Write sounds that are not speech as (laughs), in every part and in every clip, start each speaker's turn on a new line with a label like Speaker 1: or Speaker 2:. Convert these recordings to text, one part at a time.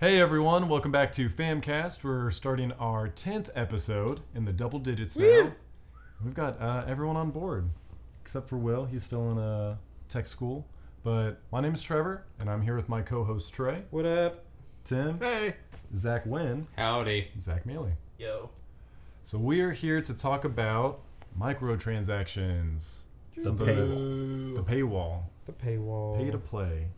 Speaker 1: Hey everyone, welcome back to Famcast. We're starting our 10th episode in the double digits now.
Speaker 2: Woo!
Speaker 1: We've got uh, everyone on board, except for Will. He's still in uh, tech school. But my name is Trevor, and I'm here with my co host Trey,
Speaker 2: What up?
Speaker 1: Tim,
Speaker 3: Hey.
Speaker 1: Zach Wynn,
Speaker 3: Howdy.
Speaker 1: and Zach Mealy.
Speaker 3: Yo.
Speaker 1: So we are here to talk about microtransactions,
Speaker 2: The,
Speaker 1: Something that's- the paywall,
Speaker 2: the paywall.
Speaker 1: pay to play,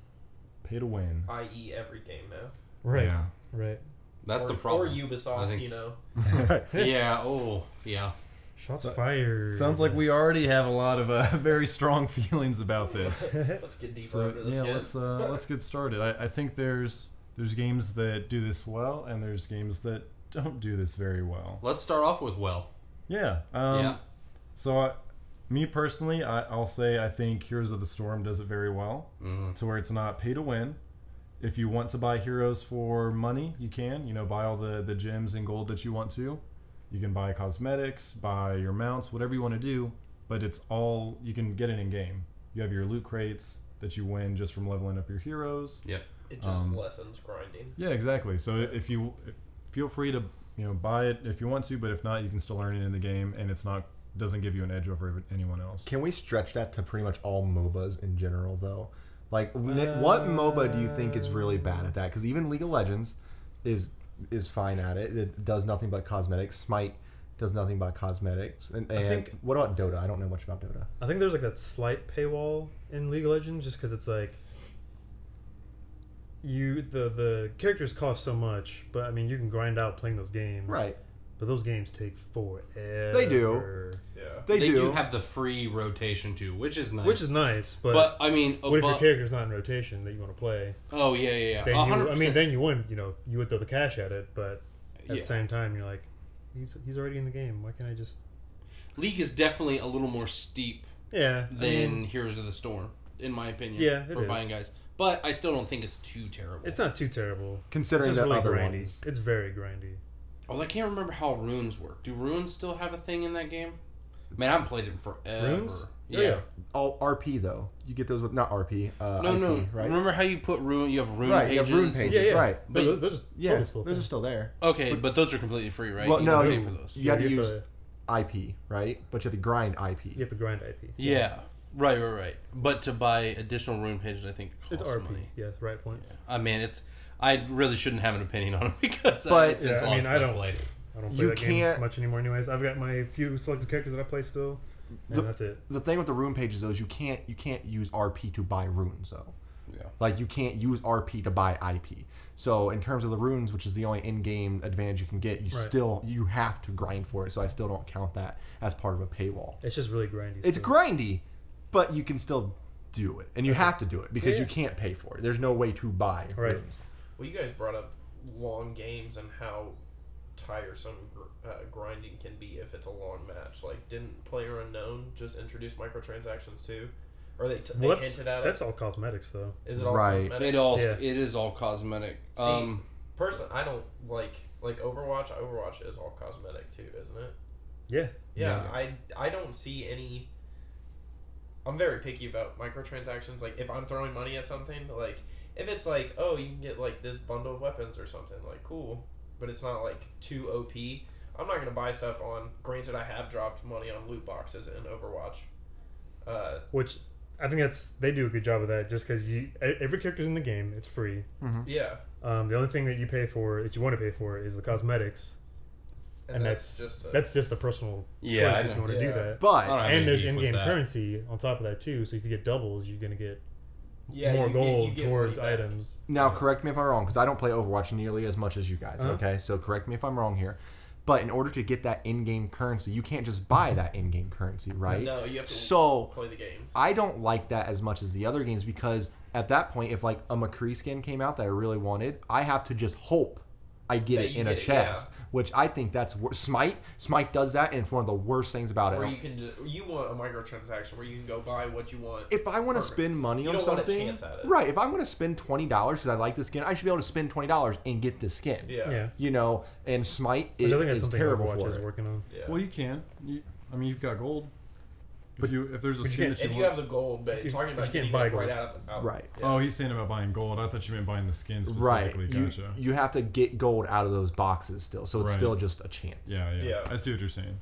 Speaker 1: pay to win.
Speaker 4: i.e. E every game now.
Speaker 2: right, (laughs)
Speaker 1: Yeah.
Speaker 2: right.
Speaker 3: That's
Speaker 4: or,
Speaker 3: the problem.
Speaker 2: (laughs)
Speaker 4: Or Ubisoft,
Speaker 3: I think-
Speaker 4: you know.
Speaker 3: (laughs) yeah. Oh. Yeah.
Speaker 2: Shots
Speaker 1: So-
Speaker 2: fired.
Speaker 1: Sounds like
Speaker 2: (laughs)
Speaker 1: we already have a lot of uh, (laughs) very strong feelings about this.
Speaker 2: (laughs)
Speaker 4: Let's get deeper
Speaker 1: So
Speaker 4: into this.
Speaker 1: yeah,
Speaker 4: kid.
Speaker 1: let's uh, let's get started. I, I think there's there's games that do this well, and there's games that don't do this very well.
Speaker 3: Let's start off with well.
Speaker 1: Yeah. Um,
Speaker 3: yeah.
Speaker 1: So, I, me personally, I, I'll say I think Heroes of the Storm does it very well,
Speaker 3: Mm.
Speaker 1: to where it's not pay to win. If you want to buy heroes for money, you can. You know, buy all the the gems and gold that you want to. You can buy cosmetics, buy your mounts, whatever you want to do. But it's all you can get it in game. You have your loot crates that you win just from leveling up your heroes.
Speaker 4: it just
Speaker 1: um,
Speaker 4: lessens grinding.
Speaker 1: Yeah, exactly. So if you feel free to you know buy it if you want to, but if not, you can still earn it in the game, and it's not doesn't give you an edge over anyone else.
Speaker 5: Can we stretch that to pretty much all MOBAs in general, though? Like, Nick, what MOBA do you think is really bad at that? Because even League of Legends is is fine at it. It does nothing but cosmetics. Smite does nothing but cosmetics. And,
Speaker 2: I
Speaker 5: and
Speaker 2: think-
Speaker 5: what about Dota? I don't know much about Dota.
Speaker 2: I think there's like that slight paywall in League of Legends, just because it's like you the the characters cost so much, but I mean you can grind out playing those games.
Speaker 5: Right.
Speaker 2: But those games take forever.
Speaker 5: do.
Speaker 4: Yeah.
Speaker 5: They, do.
Speaker 3: have the free rotation too, which is nice.
Speaker 2: Which is nice, but,
Speaker 3: but I mean,
Speaker 2: what if your
Speaker 3: abo-
Speaker 2: character's not in rotation that you want to play?
Speaker 3: oh yeah, yeah,
Speaker 2: Then
Speaker 3: yeah.
Speaker 2: you, I mean,
Speaker 3: 100%.
Speaker 2: then you wouldn't. You know, you would throw the cash at it, but at
Speaker 3: Yeah.
Speaker 2: the same time, you're like, he's he's already in the game. Why can't I just?
Speaker 3: League is definitely a little more steep
Speaker 2: Yeah. I
Speaker 3: than
Speaker 2: mean,
Speaker 3: Heroes of the Storm, in my opinion.
Speaker 2: Yeah, it
Speaker 3: for
Speaker 2: is.
Speaker 3: buying guys, but I still don't think it's too terrible.
Speaker 2: it's not too terrible. It's
Speaker 5: Considering
Speaker 2: just
Speaker 5: the
Speaker 2: really
Speaker 5: other
Speaker 2: grindy.
Speaker 5: ones.
Speaker 2: It's very grindy.
Speaker 3: Although I can't remember how runes work. Do runes still have a thing in that game? Man, I haven't played it forever.
Speaker 2: Runes? Oh,
Speaker 3: Yeah.
Speaker 2: Yeah.
Speaker 5: All RP, Oh, though. You get those with, not RP, uh,
Speaker 3: No,
Speaker 5: IP,
Speaker 3: no.
Speaker 5: right?
Speaker 3: Remember how you put rune? You have rune
Speaker 5: right,
Speaker 3: pages.
Speaker 5: you have rune
Speaker 3: and-
Speaker 5: pages,
Speaker 2: Yeah, yeah.
Speaker 5: right.
Speaker 3: But-
Speaker 2: But those,
Speaker 5: Yeah,
Speaker 2: those are still
Speaker 5: those are
Speaker 2: things.
Speaker 5: still there.
Speaker 3: Okay,
Speaker 5: But-
Speaker 3: but those are completely free, right?
Speaker 5: Well,
Speaker 3: You
Speaker 5: no,
Speaker 3: don't pay
Speaker 5: you-
Speaker 3: for those.
Speaker 5: You had to
Speaker 2: have
Speaker 5: use IP, right? But you have to grind IP.
Speaker 2: you have to grind IP.
Speaker 3: Yeah. Right, right, right. But to buy additional rune pages, I think costs
Speaker 2: It's RP.
Speaker 3: money.
Speaker 2: Yeah, right points.
Speaker 3: I mean, it's. I really shouldn't have an opinion on it (laughs) because
Speaker 5: But-
Speaker 3: it's, it's
Speaker 2: Yeah, I
Speaker 3: long
Speaker 2: mean,
Speaker 3: since
Speaker 2: I don't-
Speaker 3: played. it.
Speaker 2: I don't play
Speaker 5: You
Speaker 2: that game
Speaker 5: can't-
Speaker 2: much anymore, anyways. I've got my few selected characters that I play still, and
Speaker 5: The-
Speaker 2: that's it.
Speaker 5: the thing with the rune pages though is you can't you can't use RP to buy runes though.
Speaker 3: Yeah.
Speaker 5: Like you can't use RP to buy IP. So in terms of the runes, which is the only in-game advantage you can get, you
Speaker 2: Right.
Speaker 5: still you have to grind for it. So I still don't count that as part of a paywall.
Speaker 2: It's just really grindy.
Speaker 5: It's
Speaker 2: still.
Speaker 5: grindy, but you can still do it, and you have to do it because
Speaker 2: Yeah,
Speaker 5: you
Speaker 2: yeah.
Speaker 5: can't pay for it. There's no way to buy
Speaker 2: Right.
Speaker 5: runes.
Speaker 4: Well, you guys brought up long games and how tiresome gr- uh, grinding can be if it's a long match. Like, didn't Player Unknown just introduce microtransactions too? Or they, t- they
Speaker 2: Well, that's,
Speaker 4: hinted at
Speaker 2: that's
Speaker 4: it?
Speaker 2: all cosmetics, though.
Speaker 4: Is it all
Speaker 5: Right.
Speaker 4: cosmetic?
Speaker 3: It all.
Speaker 2: Yeah.
Speaker 3: It is all cosmetic.
Speaker 4: See,
Speaker 3: um.
Speaker 4: Person, I don't like like Overwatch. Overwatch is all cosmetic too, isn't it?
Speaker 2: Yeah.
Speaker 4: Yeah, I I don't see any. I'm very picky about microtransactions. Like if I'm throwing money at something, like if it's like oh you can get like this bundle of weapons or something, like cool, but it's not like too OP. I'm not gonna buy stuff on. Granted, I have dropped money on loot boxes in Overwatch. Uh,
Speaker 2: Which I think that's they do a good job of that, just because you e- every character's in the game. It's free.
Speaker 4: yeah,
Speaker 2: Um, the only thing that you pay for that you want to pay for is the cosmetics.
Speaker 4: and,
Speaker 2: And
Speaker 4: that's,
Speaker 2: that's-
Speaker 4: just a,
Speaker 2: That's just a personal
Speaker 3: Yeah.
Speaker 2: choice
Speaker 3: I
Speaker 2: if you
Speaker 3: know.
Speaker 2: want to do
Speaker 4: Yeah.
Speaker 2: that.
Speaker 3: I
Speaker 5: But
Speaker 3: don't have any
Speaker 2: and there's
Speaker 3: beef with
Speaker 2: in-game
Speaker 3: that.
Speaker 2: currency on top of that too. So if you get doubles, you're gonna get
Speaker 4: yeah,
Speaker 2: more
Speaker 4: you get- you
Speaker 2: gold
Speaker 4: get money
Speaker 2: towards
Speaker 4: back.
Speaker 2: items.
Speaker 5: Now,
Speaker 3: Yeah.
Speaker 5: correct me if I'm wrong, because I don't play Overwatch nearly as much as you guys.
Speaker 2: Uh-huh.
Speaker 5: Okay, so correct me if I'm wrong here. But in order to get that in-game currency, you can't just buy that in-game currency, right?
Speaker 4: No, you have to
Speaker 5: So
Speaker 4: play the game.
Speaker 5: I don't like that as much as the other games because at that point, if like a McCree skin came out that I really wanted, I have to just hope I get
Speaker 4: That
Speaker 5: it
Speaker 4: you
Speaker 5: in a
Speaker 4: get it, yeah.
Speaker 5: chest, which I think that's wor- Smite. Smite does that, and it's one of the worst things about
Speaker 4: Or
Speaker 5: it.
Speaker 4: you can just you want a microtransaction where you can go buy what you want.
Speaker 5: if I want to
Speaker 4: Perfect.
Speaker 5: spend money
Speaker 4: You
Speaker 5: on
Speaker 4: don't want a
Speaker 5: something,
Speaker 4: chance at it.
Speaker 5: right? If I'm going to spend twenty dollars because I like the skin, I should be able to spend twenty dollars and get the skin.
Speaker 4: Yeah,
Speaker 2: Yeah,
Speaker 5: You know, and Smite
Speaker 2: which
Speaker 5: is,
Speaker 2: I think that's
Speaker 5: is
Speaker 2: something
Speaker 5: terrible
Speaker 2: Overwatch
Speaker 5: for
Speaker 2: is
Speaker 5: it.
Speaker 2: working on.
Speaker 4: yeah.
Speaker 1: Well, you can. You, I mean, you've got gold. But you, if there's a
Speaker 2: but you
Speaker 1: skin
Speaker 2: can't-
Speaker 1: that
Speaker 4: If
Speaker 1: you
Speaker 4: you
Speaker 1: want,
Speaker 4: have the gold, but
Speaker 2: You-
Speaker 4: talking
Speaker 2: you
Speaker 4: about
Speaker 2: can't
Speaker 4: getting
Speaker 2: buy
Speaker 4: it right
Speaker 2: gold.
Speaker 4: out of the out,
Speaker 5: Right.
Speaker 4: yeah.
Speaker 1: oh, he's saying about buying gold. I thought you meant buying the skin
Speaker 5: right.
Speaker 1: specifically.
Speaker 5: You,
Speaker 1: Gotcha.
Speaker 5: you have to get gold out of those boxes still, so it's
Speaker 1: Right.
Speaker 5: still just a chance.
Speaker 1: yeah, yeah,
Speaker 4: Yeah.
Speaker 1: I see what you're saying.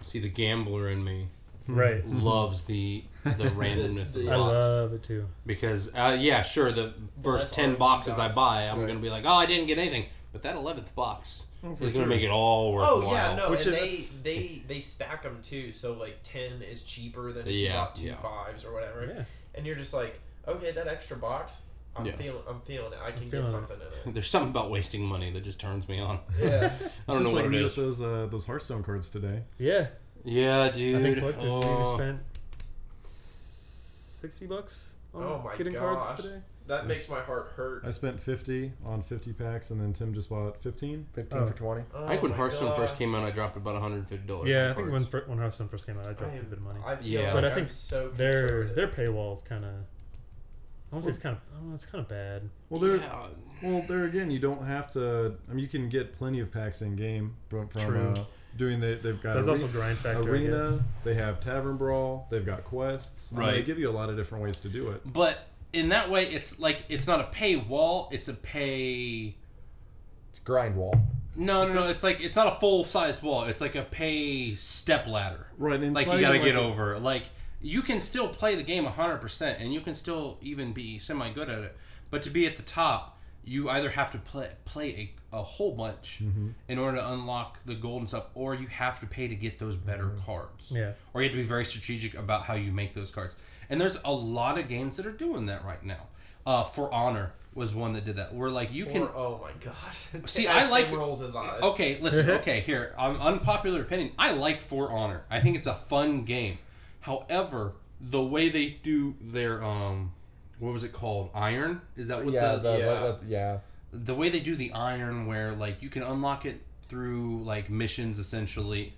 Speaker 3: See, the gambler in me
Speaker 2: Right.
Speaker 3: loves the (laughs) the randomness of the
Speaker 4: I
Speaker 2: I
Speaker 3: box
Speaker 2: love it too.
Speaker 3: because uh, yeah, sure, the
Speaker 4: Well,
Speaker 3: first
Speaker 4: that's
Speaker 3: ten
Speaker 4: RNG
Speaker 3: boxes I
Speaker 4: dogs.
Speaker 3: buy, I'm
Speaker 2: Right.
Speaker 3: gonna be like, oh, I didn't get anything, but that eleventh box
Speaker 2: Oh,
Speaker 3: is gonna make it all worthwhile.
Speaker 4: Oh yeah, no,
Speaker 2: Which
Speaker 4: and
Speaker 2: is-
Speaker 4: they they they stack them too. So like ten is cheaper than if you
Speaker 3: Yeah,
Speaker 4: bought two
Speaker 3: yeah.
Speaker 4: fives or whatever,
Speaker 2: Yeah.
Speaker 4: and you're just like, okay, that extra box, I'm
Speaker 3: Yeah.
Speaker 4: feeling, I'm feeling it. I can
Speaker 2: feeling
Speaker 4: get
Speaker 2: it.
Speaker 4: something
Speaker 2: (laughs)
Speaker 4: in it.
Speaker 3: (laughs) There's something about wasting money that just turns me on.
Speaker 4: Yeah,
Speaker 3: I don't know
Speaker 1: like
Speaker 3: what
Speaker 1: me
Speaker 3: it
Speaker 1: with
Speaker 3: is.
Speaker 1: those uh, those Hearthstone cards today.
Speaker 2: Yeah.
Speaker 3: Yeah, dude.
Speaker 2: I think collective
Speaker 3: oh.
Speaker 2: we spent sixty bucks on
Speaker 4: Oh my
Speaker 2: getting
Speaker 4: gosh.
Speaker 2: cards today.
Speaker 4: that makes my heart hurt.
Speaker 1: I spent 50 on 50 packs, and then Tim just bought 15.
Speaker 5: Fifteen
Speaker 2: Oh.
Speaker 5: for twenty.
Speaker 4: Oh
Speaker 3: I think when
Speaker 4: my
Speaker 3: Hearthstone first
Speaker 4: gosh.
Speaker 3: came out, I dropped about 150 dollars.
Speaker 2: yeah, I think when fir- when Hearthstone first came out, I dropped
Speaker 4: I
Speaker 2: a
Speaker 4: am-
Speaker 2: bit of money.
Speaker 4: I feel
Speaker 3: Yeah.
Speaker 4: like
Speaker 2: But I
Speaker 4: I'm
Speaker 2: think
Speaker 4: so
Speaker 2: their
Speaker 4: conservative.
Speaker 2: their paywall's kind of. I want to say it's kind of. I don't know. It's kind of bad.
Speaker 1: Well, there, well, there again, you don't have to. I mean, you can get plenty of packs in game from,
Speaker 2: True.
Speaker 1: from uh, doing the. They've got
Speaker 2: That's
Speaker 1: are-
Speaker 2: also grind factor. I guess.
Speaker 1: arena. They have tavern brawl. They've got quests. I mean, they
Speaker 3: Right.
Speaker 1: give you a lot of different ways to do it.
Speaker 3: But in that way, it's like it's not a paywall; it's a pay.
Speaker 5: It's grind wall.
Speaker 3: No, no, no. It's like it's not a full size wall. It's like a pay step ladder.
Speaker 1: Right, and it's
Speaker 3: Like
Speaker 1: not
Speaker 3: you gotta
Speaker 1: even
Speaker 3: get
Speaker 1: like a-
Speaker 3: over. Like you can still play the game 100, percent and you can still even be semi good at it. But to be at the top, you either have to play play a, a whole bunch
Speaker 1: Mm-hmm.
Speaker 3: in order to unlock the gold and stuff, or you have to pay to get those better
Speaker 1: Mm-hmm.
Speaker 3: cards.
Speaker 2: Yeah.
Speaker 3: or you have to be very strategic about how you make those cards. And there's a lot of games that are doing that right now. Uh, For Honor was one that did that. Where like you can
Speaker 4: Or- oh my gosh. (laughs)
Speaker 3: See,
Speaker 4: As
Speaker 3: I like-
Speaker 4: Tim rolls his eyes.
Speaker 3: Okay, listen. Okay, here. Um, unpopular opinion. I like For Honor. I think it's a fun game. However, the way they do their um, what was it called? Iron. Is that what
Speaker 5: yeah,
Speaker 3: the
Speaker 5: the,
Speaker 4: yeah.
Speaker 5: the- the- yeah.
Speaker 3: the way they do the iron where like you can unlock it through like missions essentially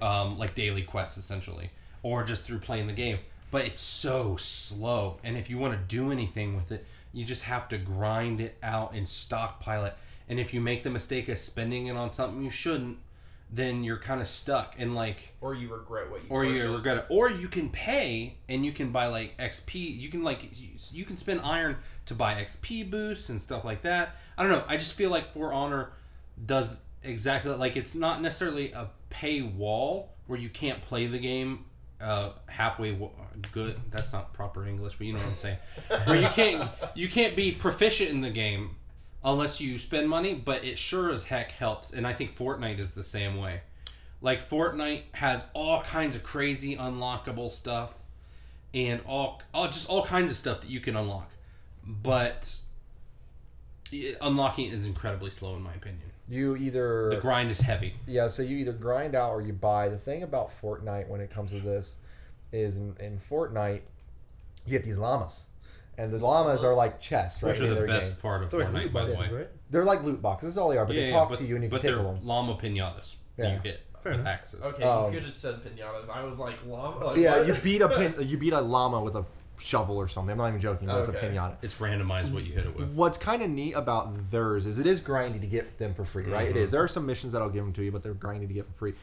Speaker 3: um, like daily quests essentially or just through playing the game but it's so slow and if you want to do anything with it you just have to grind it out and stockpile it and if you make the mistake of spending it on something you shouldn't then you're kind of stuck and like
Speaker 4: Or you regret what you.
Speaker 3: or you
Speaker 4: purchased.
Speaker 3: regret it or you can pay and you can buy like xp you can like you- you can spend iron to buy xp boosts and stuff like that i don't know i just feel like for honor does exactly like it's not necessarily a paywall where you can't play the game uh, halfway w- good that's not proper english but you know what
Speaker 4: (laughs)
Speaker 3: i'm saying where you can't you can't be proficient in the game unless you spend money but it sure as heck helps and i think fortnite is the same way like Fortnite has all kinds of crazy unlockable stuff and all, all just all kinds of stuff that you can unlock. But i- unlocking it is incredibly slow in my opinion.
Speaker 5: You either
Speaker 3: The grind is heavy.
Speaker 5: Yeah, so you either grind out or you buy. The thing about Fortnite when it comes to this is in, in Fortnite, you get these llamas. And the llamas are like chests, right?
Speaker 3: Which are
Speaker 5: in
Speaker 3: the
Speaker 5: their
Speaker 3: best
Speaker 5: game.
Speaker 3: part of
Speaker 2: They're like
Speaker 3: Fortnite,
Speaker 2: loot
Speaker 3: by the
Speaker 2: boxes,
Speaker 3: way.
Speaker 2: right?
Speaker 5: They're like loot boxes, that's all they are, but
Speaker 3: Yeah,
Speaker 5: they
Speaker 3: yeah,
Speaker 5: talk
Speaker 3: but-
Speaker 5: to you and you can
Speaker 3: but
Speaker 5: tickle
Speaker 3: (laughs) they're
Speaker 5: them.
Speaker 3: llama pinatas that
Speaker 5: Yeah.
Speaker 3: you hit
Speaker 2: Fair
Speaker 3: with
Speaker 2: enough.
Speaker 3: axes.
Speaker 4: Okay,
Speaker 5: Um,
Speaker 4: you could have said pinatas. I was like, llama. Like,
Speaker 5: Yeah,
Speaker 4: what?
Speaker 5: you beat a pin, you beat a llama with a shovel or something. I'm not even joking. That's
Speaker 4: Okay.
Speaker 5: a pinata.
Speaker 3: It's randomized what you hit it with.
Speaker 5: What's kind of neat about theirs is it is grindy to get them for free, right? It
Speaker 3: Mm-hmm.
Speaker 5: is. There are some missions that'll give them to you, but they're grindy to get for free.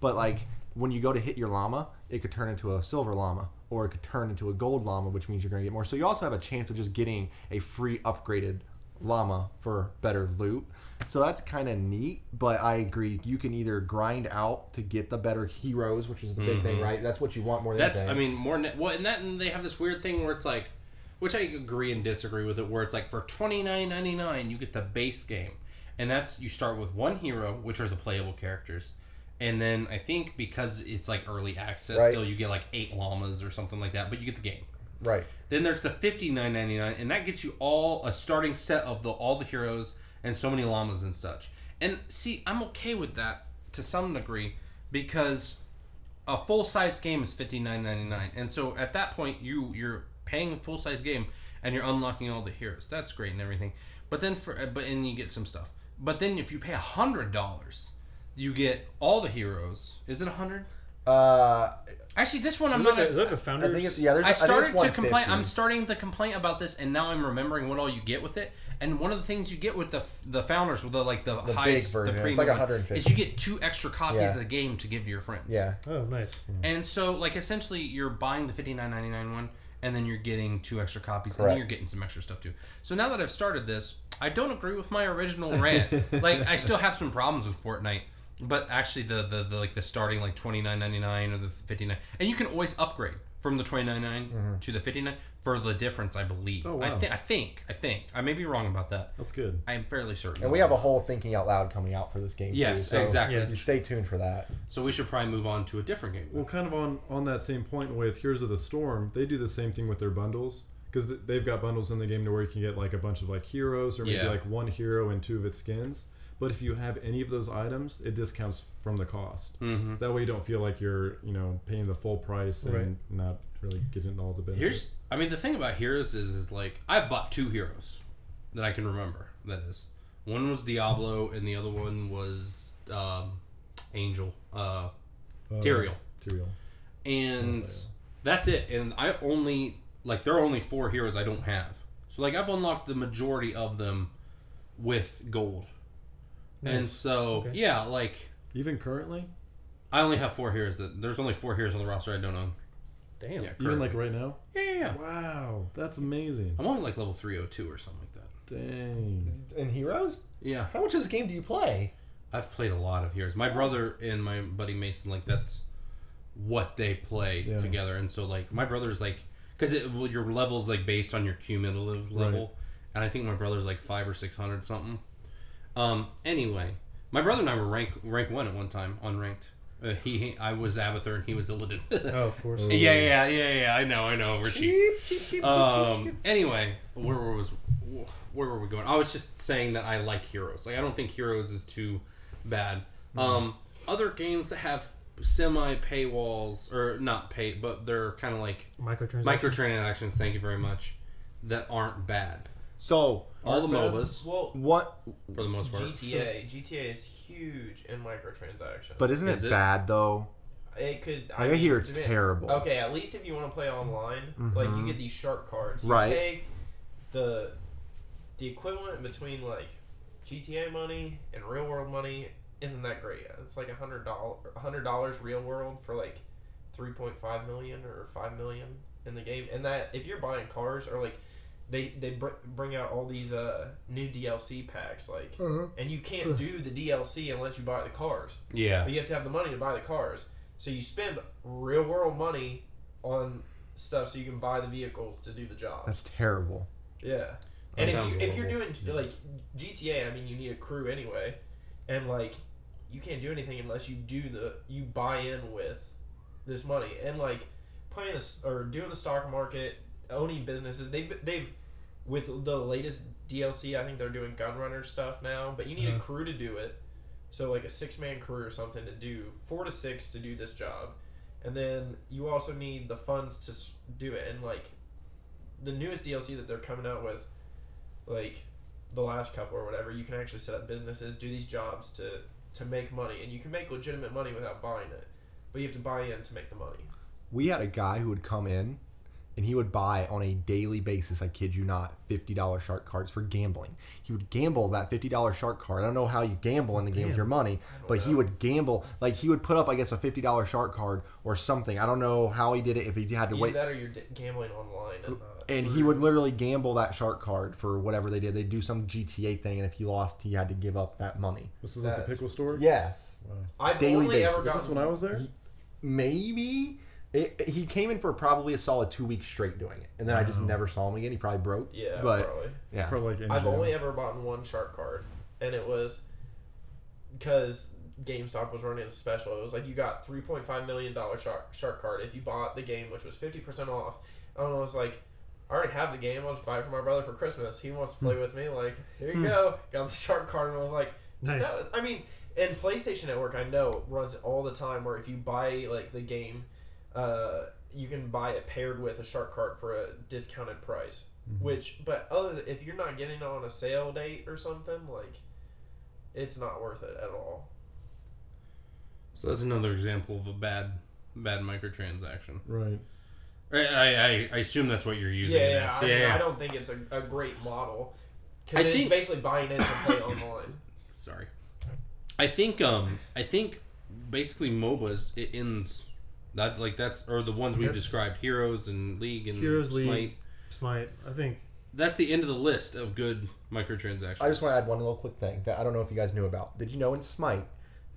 Speaker 5: But like when you go to hit your llama, it could turn into a silver llama, or it could turn into a gold llama, which means you're going to get more. So you also have a chance of just getting a free upgraded llama for better loot. So that's kind of neat, but I agree. You can either grind out to get the better heroes, which is the big thing, right? That's what you want more than
Speaker 3: Mm-hmm. That's
Speaker 5: anything.
Speaker 3: I mean more ne- well, and that and they have this weird thing where it's like, which I agree and disagree with it, where it's like for twenty nine ninety nine you get the base game, and that's you start with one hero, which are the playable characters, and then I think because it's like early access,
Speaker 5: Right.
Speaker 3: still you get like eight llamas or something like that, but you get the game.
Speaker 5: right?
Speaker 3: Then there's the fifty nine ninety nine, and that gets you all a starting set of the all the heroes and so many llamas and such. And see, I'm okay with that to some degree because a full size game is fifty nine ninety nine, and so at that point you you're paying a full size game and you're unlocking all the heroes. That's great and everything, but then for uh, but and you get some stuff. But then if you pay a hundred dollars, you get all the heroes. Is it a hundred?
Speaker 5: Uh,
Speaker 3: Actually, this one I'm
Speaker 2: Is
Speaker 3: not.
Speaker 2: that,
Speaker 3: As,
Speaker 2: is that the
Speaker 5: I
Speaker 2: founders?
Speaker 5: think it's yeah. There's,
Speaker 3: I
Speaker 5: think it's
Speaker 3: started to complain.
Speaker 5: 150.
Speaker 3: I'm starting to complain about this, and now I'm remembering what all you get with it. And one of the things you get with the the founders, with the like the,
Speaker 5: The
Speaker 3: highest,
Speaker 5: big version.
Speaker 3: the
Speaker 5: It's
Speaker 3: premium
Speaker 5: like
Speaker 3: one,
Speaker 5: 150.
Speaker 3: is you get two extra copies
Speaker 5: Yeah.
Speaker 3: of the game to give to your friends.
Speaker 5: Yeah,
Speaker 2: Oh, nice.
Speaker 3: And so, like, essentially, you're buying the fifty nine ninety nine one, and then you're getting two extra copies, and
Speaker 5: Correct.
Speaker 3: then you're getting some extra stuff too. So now that I've started this, I don't agree with my original
Speaker 5: (laughs)
Speaker 3: rant. like, I still have some problems with Fortnite, but actually, the the, the like the starting like twenty nine ninety nine or the fifty nine, and you can always upgrade from the twenty
Speaker 5: Mhm.
Speaker 3: to the fifty nine for the difference. I believe.
Speaker 1: Oh,
Speaker 3: I,
Speaker 1: wow.
Speaker 3: thi- I think. I think. I may be wrong about that.
Speaker 1: That's good.
Speaker 3: I am fairly certain.
Speaker 5: and we have a whole thinking out loud coming out for this game. too,
Speaker 3: Yes,
Speaker 5: so
Speaker 3: exactly.
Speaker 2: Yeah.
Speaker 5: You stay tuned for that.
Speaker 3: So we should probably move on to a different game.
Speaker 1: Well, kind of on on that same point with Heroes of the Storm, they do the same thing with their bundles because th- they've got bundles in the game to where you can get like a bunch of like heroes or maybe
Speaker 3: Yeah.
Speaker 1: like one hero and two of its skins. But if you have any of those items, it discounts from the cost.
Speaker 3: mm-hmm.
Speaker 1: That way, you don't feel like you're you know paying the full price and
Speaker 2: Right.
Speaker 1: not really getting all the benefits.
Speaker 3: Here's, I mean, the thing about heroes is, is like I've bought two heroes that I can remember. That is, one was Diablo, and the other one was um, Angel, uh,
Speaker 1: Uh,
Speaker 3: Tyrael,
Speaker 1: Tyrael.
Speaker 3: and
Speaker 1: Tyrael.
Speaker 3: that's it. And I only like there are only four heroes I don't have. So like I've unlocked the majority of them with gold, and
Speaker 2: Nice.
Speaker 3: so
Speaker 2: Okay.
Speaker 3: yeah, like
Speaker 1: Even currently,
Speaker 3: I only have four heroes. That there's only four heroes on the roster I don't own.
Speaker 2: Damn.
Speaker 3: Yeah,
Speaker 1: even
Speaker 3: currently.
Speaker 1: like right now.
Speaker 3: yeah, yeah, yeah.
Speaker 1: Wow, that's amazing.
Speaker 3: I'm only like level three hundred two or something like that.
Speaker 1: Dang.
Speaker 5: And Heroes,
Speaker 3: Yeah.
Speaker 5: how much of this game do you play?
Speaker 3: I've played a lot of heroes. My brother and my buddy Mason, like that's what they play
Speaker 1: Yeah.
Speaker 3: together. And so like my brother's like because it well, your levels like based on your cumulative level, and I think my brother's like five or six hundred something. Um. Anyway, my brother and I were rank rank one at one time, unranked. Uh, he I was Abathur and he was Illidan. (laughs) yeah,
Speaker 2: Oh, of course.
Speaker 3: yeah, yeah, yeah, yeah. I know, I know. We're cheap.
Speaker 5: cheap, cheap, cheap, cheap,
Speaker 3: Um, anyway, where were was where were we going? I was just saying that I like Heroes. Like I don't think Heroes is too bad.
Speaker 4: Mm-hmm.
Speaker 3: Um, other games that have semi paywalls or not pay, but they're kind of like
Speaker 2: Microtransactions.
Speaker 3: microtransactions. Thank you very much. That aren't bad.
Speaker 5: So
Speaker 3: (laughs) All the
Speaker 1: Aren't bad.
Speaker 3: MOBAs
Speaker 4: Well,
Speaker 5: what?
Speaker 3: for the most part.
Speaker 4: GTA, GTA is huge in microtransactions.
Speaker 5: But isn't
Speaker 3: Is
Speaker 5: it,
Speaker 3: it?
Speaker 5: bad though?
Speaker 4: it could.
Speaker 5: I, hear it's
Speaker 4: depend-
Speaker 5: terrible. Mm-hmm.
Speaker 4: Okay, at least if you want to play online, like you get these shark cards. You
Speaker 5: Right.
Speaker 4: Pay the the equivalent between like GTA money and real world money isn't that great. It's like a hundred dollar, hundred dollars real world for like three point five million or five million in the game. And that if you're buying cars or like they they br- bring out all these uh new DLC packs like. And you can't do the DLC unless you buy the cars.
Speaker 3: Yeah.
Speaker 4: But you have to have the money to buy the cars. So you spend real world money on stuff so you can buy the vehicles to do the job.
Speaker 5: That's terrible.
Speaker 4: yeah. And if,
Speaker 3: sounds
Speaker 4: you, if you're
Speaker 3: horrible.
Speaker 4: doing like GTA, I mean, you need a crew anyway, and like you can't do anything unless you do the you buy in with this money and like playing this or doing the stock market, owning businesses. They've they've with the latest DLC, I think they're doing gun runner stuff now, but you need a
Speaker 2: Uh-huh.
Speaker 4: crew to do it. So like a six man crew or something to do four to six to do this job, and then you also need the funds to s- do it. And like the newest DLC that they're coming out with, like the last couple or whatever, you can actually set up businesses, do these jobs to to make money, and you can make legitimate money without buying it, but you have to buy in to make the money.
Speaker 5: We had a guy who would come in, and he would buy on a daily basis. I kid you not, fifty dollar shark cards for gambling. He would gamble that fifty dollar shark card. I don't know how you gamble in the game with
Speaker 2: Damn.
Speaker 5: your money,
Speaker 4: I don't
Speaker 5: but he
Speaker 4: know.
Speaker 5: would gamble like he would put up, I guess, a fifty dollar shark card or something. I don't know how he did it. If he had to
Speaker 4: either
Speaker 5: wait
Speaker 4: that or you're d- gambling online. And, not
Speaker 5: and he
Speaker 4: through-
Speaker 5: would literally gamble that shark card for whatever they did. They'd do some GTA thing, and if he lost, he had to give up that money.
Speaker 1: This is at the
Speaker 4: That's-
Speaker 1: pickle store.
Speaker 5: Yes,
Speaker 4: I've
Speaker 5: daily
Speaker 4: only
Speaker 5: basis.
Speaker 4: ever
Speaker 1: Is
Speaker 5: This
Speaker 4: gotten
Speaker 1: this when I was there?
Speaker 5: maybe it, he came in for probably a solid two weeks straight doing it, and then I just
Speaker 1: Wow.
Speaker 5: never saw him again. He probably broke.
Speaker 4: Yeah,
Speaker 5: but
Speaker 4: probably.
Speaker 5: yeah,
Speaker 1: Probably like in
Speaker 4: I've
Speaker 1: jail.
Speaker 4: only ever bought one shark card, and it was because GameStop was running a special. It was like you got three point five million dollar shark shark card if you bought the game, which was fifty percent off. And I was like, I already have the game. I'll just buy it for my brother for Christmas. He wants to play with me. Like, here you go. Got the shark card, and I was like,
Speaker 2: Nice.
Speaker 4: no, I mean, and PlayStation Network I know runs it all the time. Where if you buy like the game, uh, you can buy it paired with a shark card for a discounted price.
Speaker 5: Mm-hmm.
Speaker 4: Which, but other th- if you're not getting it on a sale date or something, like it's not worth it at all.
Speaker 3: So that's another example of a bad bad microtransaction.
Speaker 1: Right.
Speaker 3: I, I, I- I assume that's what you're using.
Speaker 4: yeah,
Speaker 3: it
Speaker 4: yeah.
Speaker 3: as.
Speaker 4: I, mean,
Speaker 3: yeah.
Speaker 4: I don't think it's a, a great model
Speaker 3: I
Speaker 4: because it's
Speaker 3: think-
Speaker 4: basically buying in to
Speaker 5: (coughs)
Speaker 4: play online.
Speaker 3: Sorry. I think um I think basically MOBAs it ends that like that's or the ones we've
Speaker 2: That's-
Speaker 3: described Heroes and League and
Speaker 2: Heroes, League.
Speaker 3: Smite.
Speaker 2: Smite. I think
Speaker 3: That's the end of the list of good microtransactions.
Speaker 5: I just want to add one little quick thing that I don't know if you guys knew about. Did you know in Smite,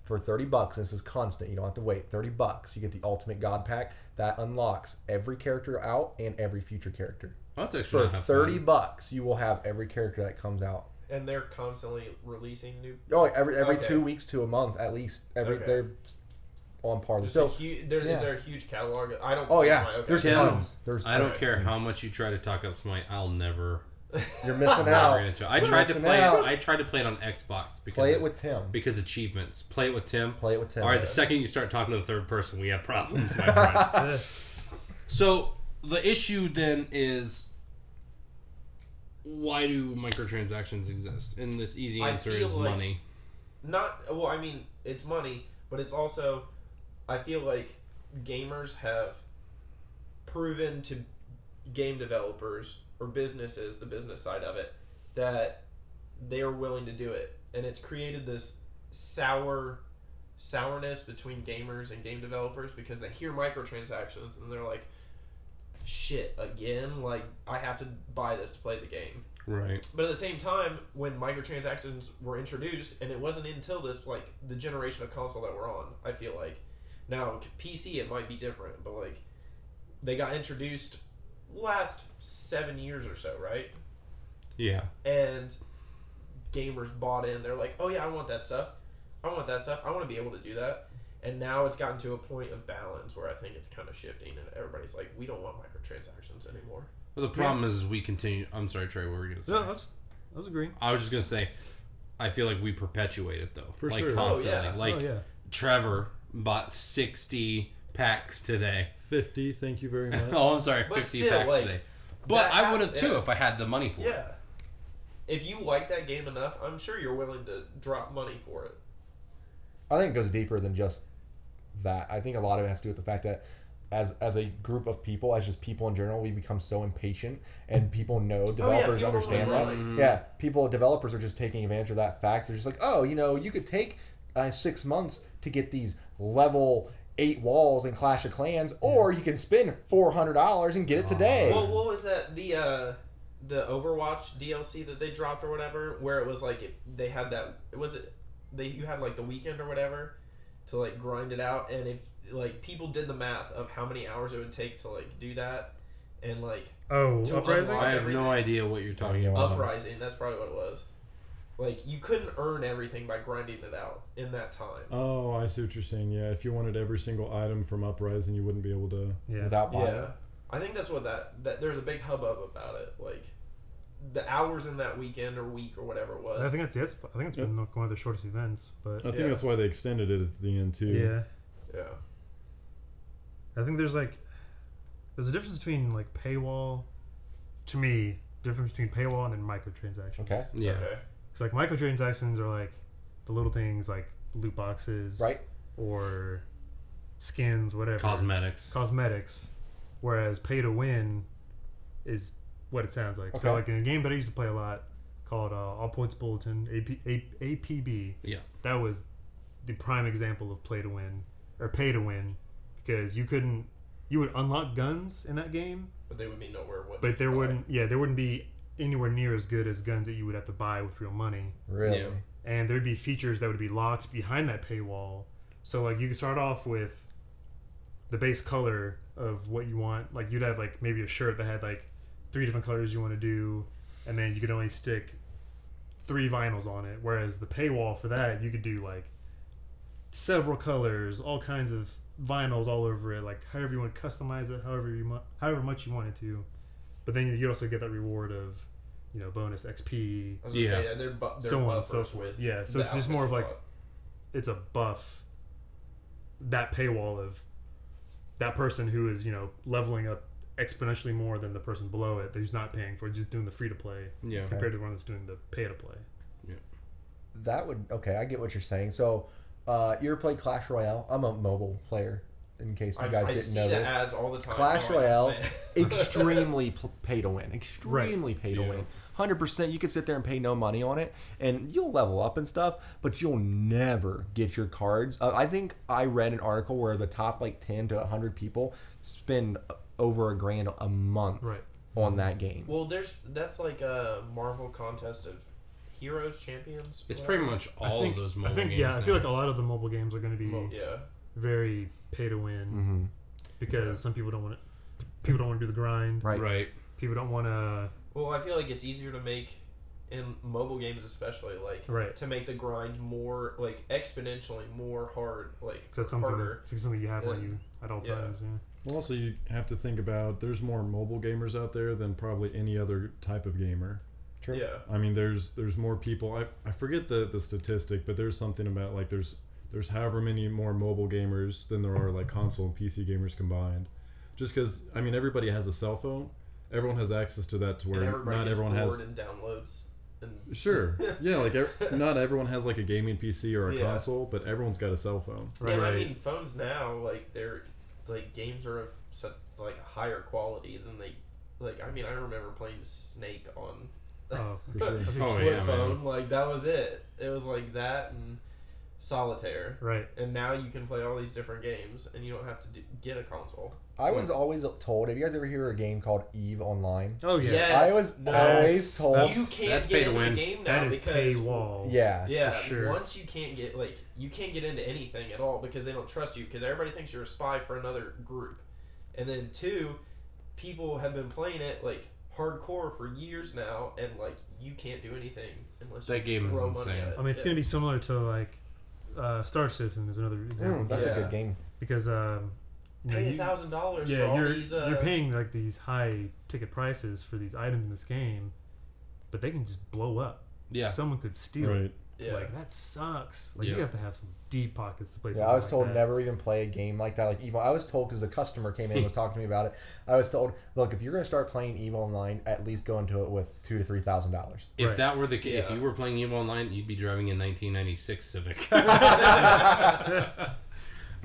Speaker 5: for 30 bucks, this is constant, you don't have to wait, 30 bucks, you get the Ultimate God Pack that unlocks every character out and every future character.
Speaker 3: that's actually
Speaker 5: For
Speaker 3: not half
Speaker 5: 30
Speaker 3: bad.
Speaker 5: bucks, you will have every character that comes out.
Speaker 4: And they're constantly releasing new.
Speaker 5: Oh, every every
Speaker 4: Okay.
Speaker 5: two weeks to a month at least. Every
Speaker 4: Okay.
Speaker 5: they're on par.
Speaker 4: Just
Speaker 5: So,
Speaker 4: a hu- there,
Speaker 5: yeah.
Speaker 4: Is there a huge catalog? I don't.
Speaker 5: oh
Speaker 4: play
Speaker 5: yeah,
Speaker 4: Smite, okay.
Speaker 5: there's
Speaker 3: Tim,
Speaker 5: tons. There's
Speaker 3: I don't
Speaker 4: Okay.
Speaker 3: care how much you try to talk up Smite, I'll never.
Speaker 4: (laughs)
Speaker 3: (laughs)
Speaker 5: You're missing
Speaker 3: never
Speaker 5: out.
Speaker 3: gonna try- I
Speaker 5: You're
Speaker 3: tried to
Speaker 5: missing
Speaker 3: play.
Speaker 5: out.
Speaker 3: It, I tried to play it on Xbox because
Speaker 5: Play it
Speaker 3: of-
Speaker 5: with Tim.
Speaker 3: because achievements. Play it with Tim.
Speaker 5: Play it with Tim.
Speaker 3: All
Speaker 5: (laughs)
Speaker 3: right, the second you start talking to the third person, we have problems, my friend.
Speaker 2: eh,
Speaker 3: So the issue then is why do microtransactions exist? And this easy
Speaker 4: I
Speaker 3: answer
Speaker 4: feel
Speaker 3: is
Speaker 4: like-
Speaker 3: money.
Speaker 4: Not well. I mean, it's money, but it's also. I feel like gamers have proven to game developers or businesses, the business side of it, that they are willing to do it, and it's created this sour sourness between gamers and game developers because they hear microtransactions and they're like shit again like i have to buy this to play the game
Speaker 3: Right.
Speaker 4: But at the same time, when microtransactions were introduced, and it wasn't until this like the generation of console that we're on, I feel like now PC it might be different, but like they got introduced last seven years or so, right?
Speaker 3: Yeah.
Speaker 4: And gamers bought in. They're like, oh yeah, I want that stuff. I want that stuff. I want to be able to do that. And now it's gotten to a point of balance where I think it's kind of shifting, and everybody's like, we don't want microtransactions anymore.
Speaker 3: Well, the problem is we continue. I'm sorry, Trey. What were you gonna say?
Speaker 2: no, that's I was agreeing.
Speaker 3: I was just gonna say, I feel like we perpetuate it though,
Speaker 2: For
Speaker 3: like
Speaker 2: sure. Oh,
Speaker 3: constantly.
Speaker 4: yeah.
Speaker 3: Like
Speaker 2: oh yeah,
Speaker 3: Trevor bought 60 packs today.
Speaker 1: 50. Thank you
Speaker 2: (laughs)
Speaker 1: very much.
Speaker 3: (laughs) oh, I'm sorry,
Speaker 4: But
Speaker 3: 50
Speaker 4: still,
Speaker 3: packs
Speaker 4: like,
Speaker 3: today. But
Speaker 4: that
Speaker 3: I would have
Speaker 4: hap-
Speaker 3: too
Speaker 4: yeah.
Speaker 3: if I had the money for it.
Speaker 4: Yeah. If you like that game enough, I'm sure you're willing to drop money for it.
Speaker 5: I think it goes deeper than just that. I think a lot of it has to do with the fact that as as a group of people, as just people in general, we become so impatient, and people know developers
Speaker 4: Oh, people
Speaker 5: understand
Speaker 4: will
Speaker 5: that.
Speaker 4: relate.
Speaker 5: Yeah, people developers are just taking advantage of that fact. They're just like, oh, you know, you could take uh, six months to get these level eight walls in Clash of Clans, or you can spend four hundred dollars and get it today.
Speaker 4: Oh. Well, what was that? The uh, the Overwatch DLC that they dropped or whatever, where it was like it, they had that. Was it they you had like the weekend or whatever to like grind it out, and if like people did the math of how many hours it would take to like do that, and like
Speaker 2: oh
Speaker 4: To
Speaker 2: uprising.
Speaker 4: unlock-
Speaker 3: I have
Speaker 4: Everything.
Speaker 3: no idea what you're talking
Speaker 5: Yeah.
Speaker 3: about.
Speaker 4: Uprising, that's probably what it was. Like you couldn't earn everything by grinding it out in that time.
Speaker 1: Oh, I see what you're saying. Yeah, if you wanted every single item from Uprising, you wouldn't be able to.
Speaker 2: Yeah,
Speaker 5: Without buying.
Speaker 4: Yeah, I think that's what that that there's a big hubbub about it. Like the hours in that weekend or week or whatever it was.
Speaker 2: I think that's that's I think it's been like one of the shortest events, but
Speaker 1: I think
Speaker 4: Yeah.
Speaker 1: that's why they extended it at the end too.
Speaker 2: yeah.
Speaker 4: yeah,
Speaker 2: I think there's like there's a difference between like paywall to me difference between paywall and then microtransactions.
Speaker 5: Okay.
Speaker 3: Yeah.
Speaker 4: Okay.
Speaker 2: Because like microtransactions are like the little things like loot boxes,
Speaker 5: Right.
Speaker 2: Or skins, whatever.
Speaker 3: Cosmetics.
Speaker 2: Cosmetics. Whereas pay to win is what it sounds like. So
Speaker 5: Okay.
Speaker 2: like in a game that I used to play a lot called uh, All Points Bulletin AP, A- APB.
Speaker 3: Yeah.
Speaker 2: That was the prime example of play to win or pay to win because you couldn't you would unlock guns in that game
Speaker 4: But they would be nowhere. What
Speaker 2: but there
Speaker 4: Right.
Speaker 2: wouldn't yeah there wouldn't be anywhere near as good as guns that you would have to buy with real money
Speaker 5: Really.
Speaker 3: Yeah.
Speaker 2: and there'd be features that would be locked behind that paywall so like you could start off with the base color of what you want like you'd have like maybe a shirt that had like three different colors you want to do and then you could only stick three vinyls on it whereas the paywall for that you could do like several colors all kinds of vinyls all over it like however you want to customize it however you mu- however much you wanted to but then you also get that reward of you know bonus xp
Speaker 4: I was gonna
Speaker 3: Yeah.
Speaker 4: say, yeah, they're, bu- they're
Speaker 2: So on and
Speaker 4: buffers
Speaker 2: so forth.
Speaker 4: with
Speaker 2: Yeah, so
Speaker 4: the
Speaker 2: it's just more of
Speaker 4: outfits
Speaker 2: like-
Speaker 4: you
Speaker 2: it's a buff that paywall of that person who is you know leveling up exponentially more than the person below it who's not paying for it, just doing the free to play
Speaker 3: Yeah.
Speaker 2: compared to the one that's doing the pay to play
Speaker 5: That would okay. I get what you're saying. So, uh, you ever played Clash Royale? I'm a mobile player. in case you
Speaker 4: I,
Speaker 5: guys
Speaker 4: I
Speaker 5: didn't
Speaker 4: see
Speaker 5: know
Speaker 4: the
Speaker 5: this.
Speaker 4: ads all the time.
Speaker 5: Clash
Speaker 4: Oh, I
Speaker 5: Royale,
Speaker 2: (laughs)
Speaker 4: gotta play it.
Speaker 5: extremely pl- pay to win. Extremely pay to
Speaker 1: Yeah.
Speaker 5: win. Hundred percent. You could sit there and pay no money on it, and you'll level up and stuff, but you'll never get your cards. Uh, I think I read an article where the top like ten to hundred people spend over a grand a month
Speaker 2: Right.
Speaker 5: on that game.
Speaker 4: Well, there's that's like a Marvel contest of heroes, champions.
Speaker 3: It's
Speaker 4: whatever.
Speaker 3: pretty much
Speaker 2: I
Speaker 3: all
Speaker 2: think-
Speaker 3: of those
Speaker 2: I
Speaker 3: mobile
Speaker 2: think
Speaker 3: games.
Speaker 2: yeah. I feel
Speaker 3: now.
Speaker 2: like a lot of the mobile games are going to be
Speaker 4: Well, yeah.
Speaker 2: very pay to win
Speaker 5: hmm
Speaker 2: because some people don't want to. People don't want to do the grind.
Speaker 5: Right.
Speaker 3: right.
Speaker 2: People don't want to.
Speaker 4: Well, I feel like it's easier to make in mobile games, especially like
Speaker 2: Right.
Speaker 4: to make the grind more like exponentially more hard, like
Speaker 2: 'cause That's something.
Speaker 4: harder.
Speaker 2: It's something you have on
Speaker 4: Yeah.
Speaker 2: you at all
Speaker 4: Yeah.
Speaker 2: times.
Speaker 4: (laughs)
Speaker 2: Yeah.
Speaker 1: Well, also you have to think about there's more mobile gamers out there than probably any other type of gamer.
Speaker 5: Sure.
Speaker 4: Yeah,
Speaker 1: I mean, there's there's more people. I, I forget the the statistic, but there's something about like there's there's however many more mobile gamers than there are like console and PC gamers combined. Just because I mean everybody has a cell phone, everyone has access to that to where
Speaker 4: and everybody
Speaker 1: not
Speaker 4: gets
Speaker 1: everyone has.
Speaker 4: bored and downloads. And (laughs)
Speaker 1: Sure. Yeah, like ev- not everyone has like a gaming PC or a
Speaker 4: Yeah.
Speaker 1: console, but everyone's got a cell phone.
Speaker 4: Yeah, but I
Speaker 2: Right.
Speaker 4: mean, phones now like they're like games are of such like a higher quality than they like. I mean, I remember playing Snake on
Speaker 2: Oh,
Speaker 1: For sure.
Speaker 2: That's
Speaker 3: Oh,
Speaker 4: flip
Speaker 2: interesting.
Speaker 3: yeah, man.
Speaker 4: phone. Like that was it. It was like that and solitaire.
Speaker 2: Right.
Speaker 4: And now you can play all these different games, and you don't have to do, get a console.
Speaker 5: I was always told. Have you guys ever hear a game called Eve Online?
Speaker 2: Oh yeah.
Speaker 4: Yes,
Speaker 5: I was always told.
Speaker 4: you
Speaker 2: that's-
Speaker 4: can't
Speaker 3: that's
Speaker 4: get
Speaker 3: pay to
Speaker 4: into
Speaker 3: win.
Speaker 4: the game now
Speaker 2: That is
Speaker 4: because
Speaker 2: paywall.
Speaker 5: Yeah.
Speaker 4: Yeah,
Speaker 2: For sure.
Speaker 4: once you can't get like you can't get into anything at all because they don't trust you because everybody thinks you're a spy for another group. And then two, people have been playing it like hardcore for years now and like you can't do anything unless
Speaker 3: That
Speaker 4: you
Speaker 3: game is
Speaker 4: throw money
Speaker 3: insane.
Speaker 4: at it.
Speaker 2: I mean, it's
Speaker 4: Yeah.
Speaker 2: going to be similar to like uh, Star Citizen is another example
Speaker 5: Mm, that's
Speaker 4: Yeah.
Speaker 5: a good game.
Speaker 2: because um, you know,
Speaker 4: pay a
Speaker 2: you-
Speaker 4: thousand dollars for
Speaker 2: yeah,
Speaker 4: all
Speaker 2: you're
Speaker 4: these uh,
Speaker 2: you're paying like these high ticket prices for these items in this game, but they can just blow up.
Speaker 3: Yeah.
Speaker 2: someone could
Speaker 3: Hmm.
Speaker 2: steal.
Speaker 1: Right.
Speaker 4: yeah.
Speaker 2: Like that sucks. Like
Speaker 3: Yeah.
Speaker 2: you have to have some deep pockets to play.
Speaker 5: Yeah, I
Speaker 2: something
Speaker 5: was
Speaker 2: like
Speaker 5: told
Speaker 2: that.
Speaker 5: never even play a game like that. Like Eve, I was told because the customer came in and was talking to me about it. I was told, look, if you're gonna start playing Eve Online, at least go into it with two to three thousand dollars.
Speaker 3: If
Speaker 2: Right.
Speaker 3: that were the ca- if
Speaker 4: Yeah.
Speaker 3: you were playing Eve Online, you'd be driving a 1996
Speaker 2: (laughs)
Speaker 3: Civic.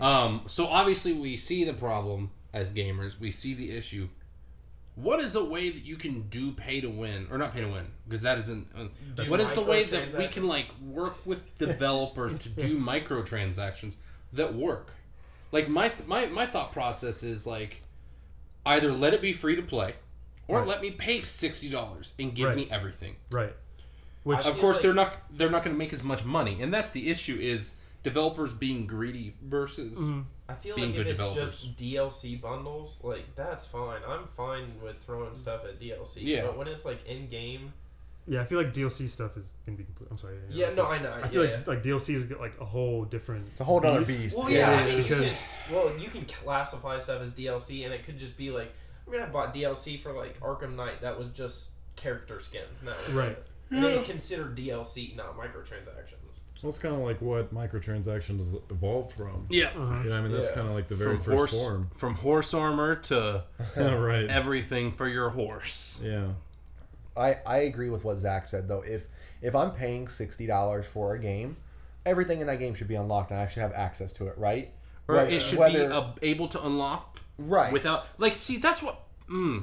Speaker 3: um, so obviously, we see the problem as gamers. We see the issue. What is the way that you can do pay to win, or not pay to win, because that isn't. uh,
Speaker 4: Do
Speaker 3: what is the way that we can like work with
Speaker 2: (laughs)
Speaker 3: developers to do microtransactions that work? Like my my my thought process is like, either let it be free to play, or
Speaker 2: Right.
Speaker 3: let me pay sixty dollars and give
Speaker 2: Right.
Speaker 3: me everything
Speaker 2: Right. Which
Speaker 4: I
Speaker 3: of
Speaker 4: feel
Speaker 3: course
Speaker 4: like-
Speaker 3: they're not they're not going to make as much money and that's the issue is developers being greedy versus
Speaker 2: Mhm.
Speaker 4: I feel
Speaker 3: being
Speaker 4: like if
Speaker 3: good
Speaker 4: it's just DLC bundles, like that's fine. I'm fine with throwing stuff at DLC.
Speaker 3: Yeah.
Speaker 4: But when it's like in game,
Speaker 2: yeah, I feel like DLC stuff is gonna be. Complete. I'm sorry.
Speaker 4: yeah, no, I know.
Speaker 2: I feel
Speaker 4: yeah.
Speaker 2: like like DLC is like a whole different.
Speaker 5: It's a whole other
Speaker 2: beast.
Speaker 5: beast.
Speaker 4: Well,
Speaker 3: Yeah,
Speaker 4: yeah,
Speaker 3: it
Speaker 4: I mean, you
Speaker 2: is.
Speaker 4: can- well, you can classify stuff as DLC, and it could just be like, I mean, I bought DLC for like Arkham Knight that was just character skins, and that was
Speaker 2: Right.
Speaker 4: it. And it was considered DLC, not microtransactions.
Speaker 1: So it's kind of like what microtransactions evolved from.
Speaker 3: yeah
Speaker 2: Uh-huh.
Speaker 1: You know, I mean, that's
Speaker 4: Yeah.
Speaker 1: kind of like the very
Speaker 3: from
Speaker 1: first
Speaker 3: horse (laughs)
Speaker 1: form.
Speaker 3: from horse armor to
Speaker 1: (laughs) right.
Speaker 3: everything for your horse
Speaker 1: yeah.
Speaker 5: I, I agree with what Zach said though. If if I'm paying sixty dollars for a game, everything in that game should be unlocked and I should have access to it, right?
Speaker 3: or
Speaker 5: Right,
Speaker 3: it should
Speaker 5: whether-
Speaker 3: be uh, able to unlock
Speaker 5: Right.
Speaker 3: without like see that's what (laughs) mm.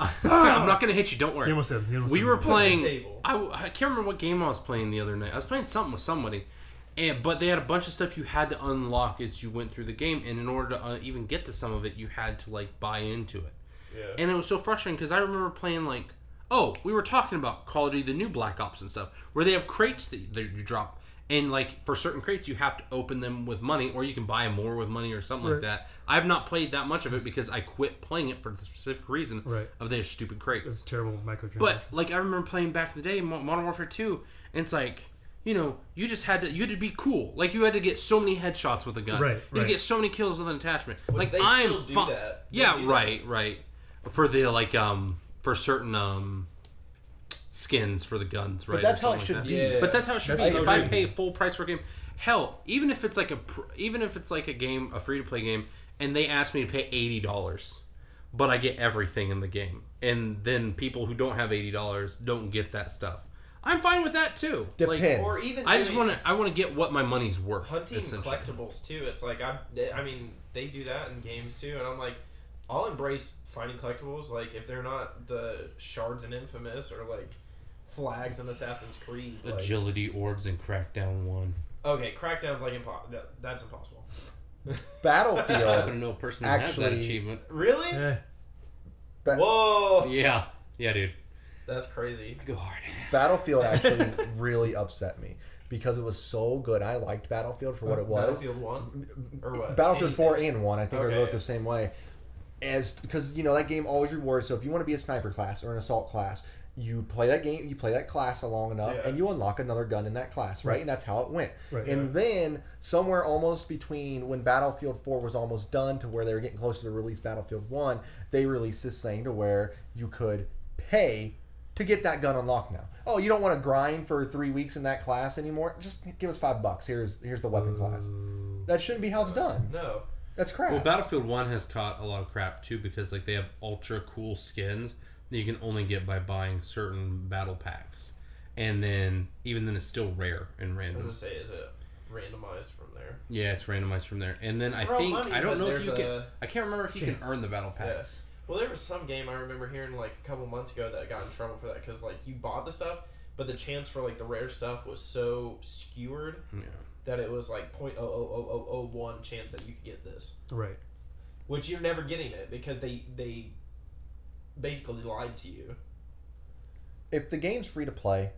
Speaker 3: I'm not going to hit you don't
Speaker 2: He
Speaker 3: worry
Speaker 2: almost said. He almost
Speaker 3: we
Speaker 2: said
Speaker 3: were
Speaker 2: that.
Speaker 4: the
Speaker 3: playing
Speaker 4: table.
Speaker 3: I, w- I can't remember what game i was playing the other night i was playing something with somebody and but they had a bunch of stuff you had to unlock as you went through the game and in order to uh, even get to some of it you had to like buy into it
Speaker 4: Yeah.
Speaker 3: and it was so frustrating because i remember playing like oh we were talking about call of duty the new black ops and stuff where they have crates that, that you drop and like for certain crates you have to open them with money or you can buy more with money or something like
Speaker 2: Right.
Speaker 3: that i've not played that much of it because i quit playing it for the specific reason
Speaker 2: Right.
Speaker 3: of their stupid crates
Speaker 2: It's terrible microtransactions.
Speaker 3: but like I remember playing back in the day, Mo- Modern Warfare Two, and it's like you know you just had to you had to be cool. Like you had to get so many headshots with a gun.
Speaker 2: Right,
Speaker 3: You had
Speaker 2: right.
Speaker 3: to get so many kills with an attachment.
Speaker 4: Which
Speaker 3: like
Speaker 4: they
Speaker 3: I'm
Speaker 4: still do
Speaker 3: fu-
Speaker 4: that. They
Speaker 3: Yeah,
Speaker 4: do that.
Speaker 3: right, right. For the like um for certain um skins for the guns, right?
Speaker 5: but that's
Speaker 3: or
Speaker 5: how
Speaker 3: something
Speaker 5: it should
Speaker 3: like that.
Speaker 5: be.
Speaker 4: Yeah.
Speaker 3: But that's how it should
Speaker 2: That's
Speaker 3: be.
Speaker 2: how it
Speaker 3: If I
Speaker 2: should
Speaker 3: pay full price for a game, hell, even if it's like a pr- even if it's like a game, a free to play game, and they ask me to pay eighty dollars, but I get everything in the game, and then people who don't have eighty dollars don't get that stuff. I'm fine with that too. Like, e-
Speaker 5: Depends.
Speaker 4: Or even
Speaker 3: I just
Speaker 4: doing
Speaker 3: want to I want to get what my money's worth.
Speaker 4: hunting
Speaker 3: essentially.
Speaker 4: collectibles too. It's like I, I mean, they do that in games too, and I'm like, I'll embrace finding collectibles. Like if they're not the shards in Infamous or like flags in Assassin's Creed. Like,
Speaker 3: agility orbs and Crackdown One.
Speaker 4: okay, Crackdown's like impo- that, that's impossible.
Speaker 3: I (laughs)
Speaker 5: Battlefield.
Speaker 3: don't know a person who has that
Speaker 5: Actually-
Speaker 3: achievement.
Speaker 4: (laughs) Really?
Speaker 2: Yeah.
Speaker 5: ba-
Speaker 4: Whoa,
Speaker 3: Yeah, yeah, dude.
Speaker 4: that's crazy.
Speaker 3: I go hard.
Speaker 5: Battlefield actually really upset me because it was so good. I liked Battlefield for what it
Speaker 3: Uh,
Speaker 5: was.
Speaker 4: Battlefield One or what?
Speaker 5: Battlefield
Speaker 4: Anything.
Speaker 5: 4 and 1, I think,
Speaker 4: Okay.
Speaker 5: are both the same way. As because you know that game always rewards. So if you want to be a sniper class or an assault class, you play that game, you play that class long enough,
Speaker 4: Yeah.
Speaker 5: and you unlock another gun in that class, right? And that's how it went.
Speaker 2: Right.
Speaker 5: And then somewhere almost between when Battlefield 4 was almost done to where they were getting closer to release Battlefield 1, they released this thing to where you could pay to get that gun unlocked now. Oh, you don't want to grind for 3 weeks in that class anymore? Just give us 5 bucks. Here's here's the weapon class. That shouldn't be how it's done.
Speaker 4: No.
Speaker 5: That's crap.
Speaker 3: Well, Battlefield One has caught a lot of crap too because like they have ultra cool skins that you can only get by buying certain battle packs, and then even then it's still rare
Speaker 4: I
Speaker 3: and
Speaker 4: was
Speaker 3: random.
Speaker 4: gonna say, is it randomized from there?
Speaker 3: Yeah, it's randomized from there. And then I
Speaker 4: They're all
Speaker 3: think
Speaker 4: money,
Speaker 3: I don't
Speaker 4: but
Speaker 3: know if
Speaker 4: there's
Speaker 3: you can.
Speaker 4: a-
Speaker 3: I can't remember if you
Speaker 2: chance.
Speaker 3: can earn the battle
Speaker 4: Yeah.
Speaker 3: packs.
Speaker 4: Well, there was some game I remember hearing like a couple months ago that got in trouble for that because like you bought the stuff, but the chance for like the rare stuff was so skewered
Speaker 3: Yeah.
Speaker 4: that it was like point oh oh oh oh oh one chance that you could get this,
Speaker 2: Right.
Speaker 4: which you're never getting it because they they basically lied to you.
Speaker 5: if the game's free to play,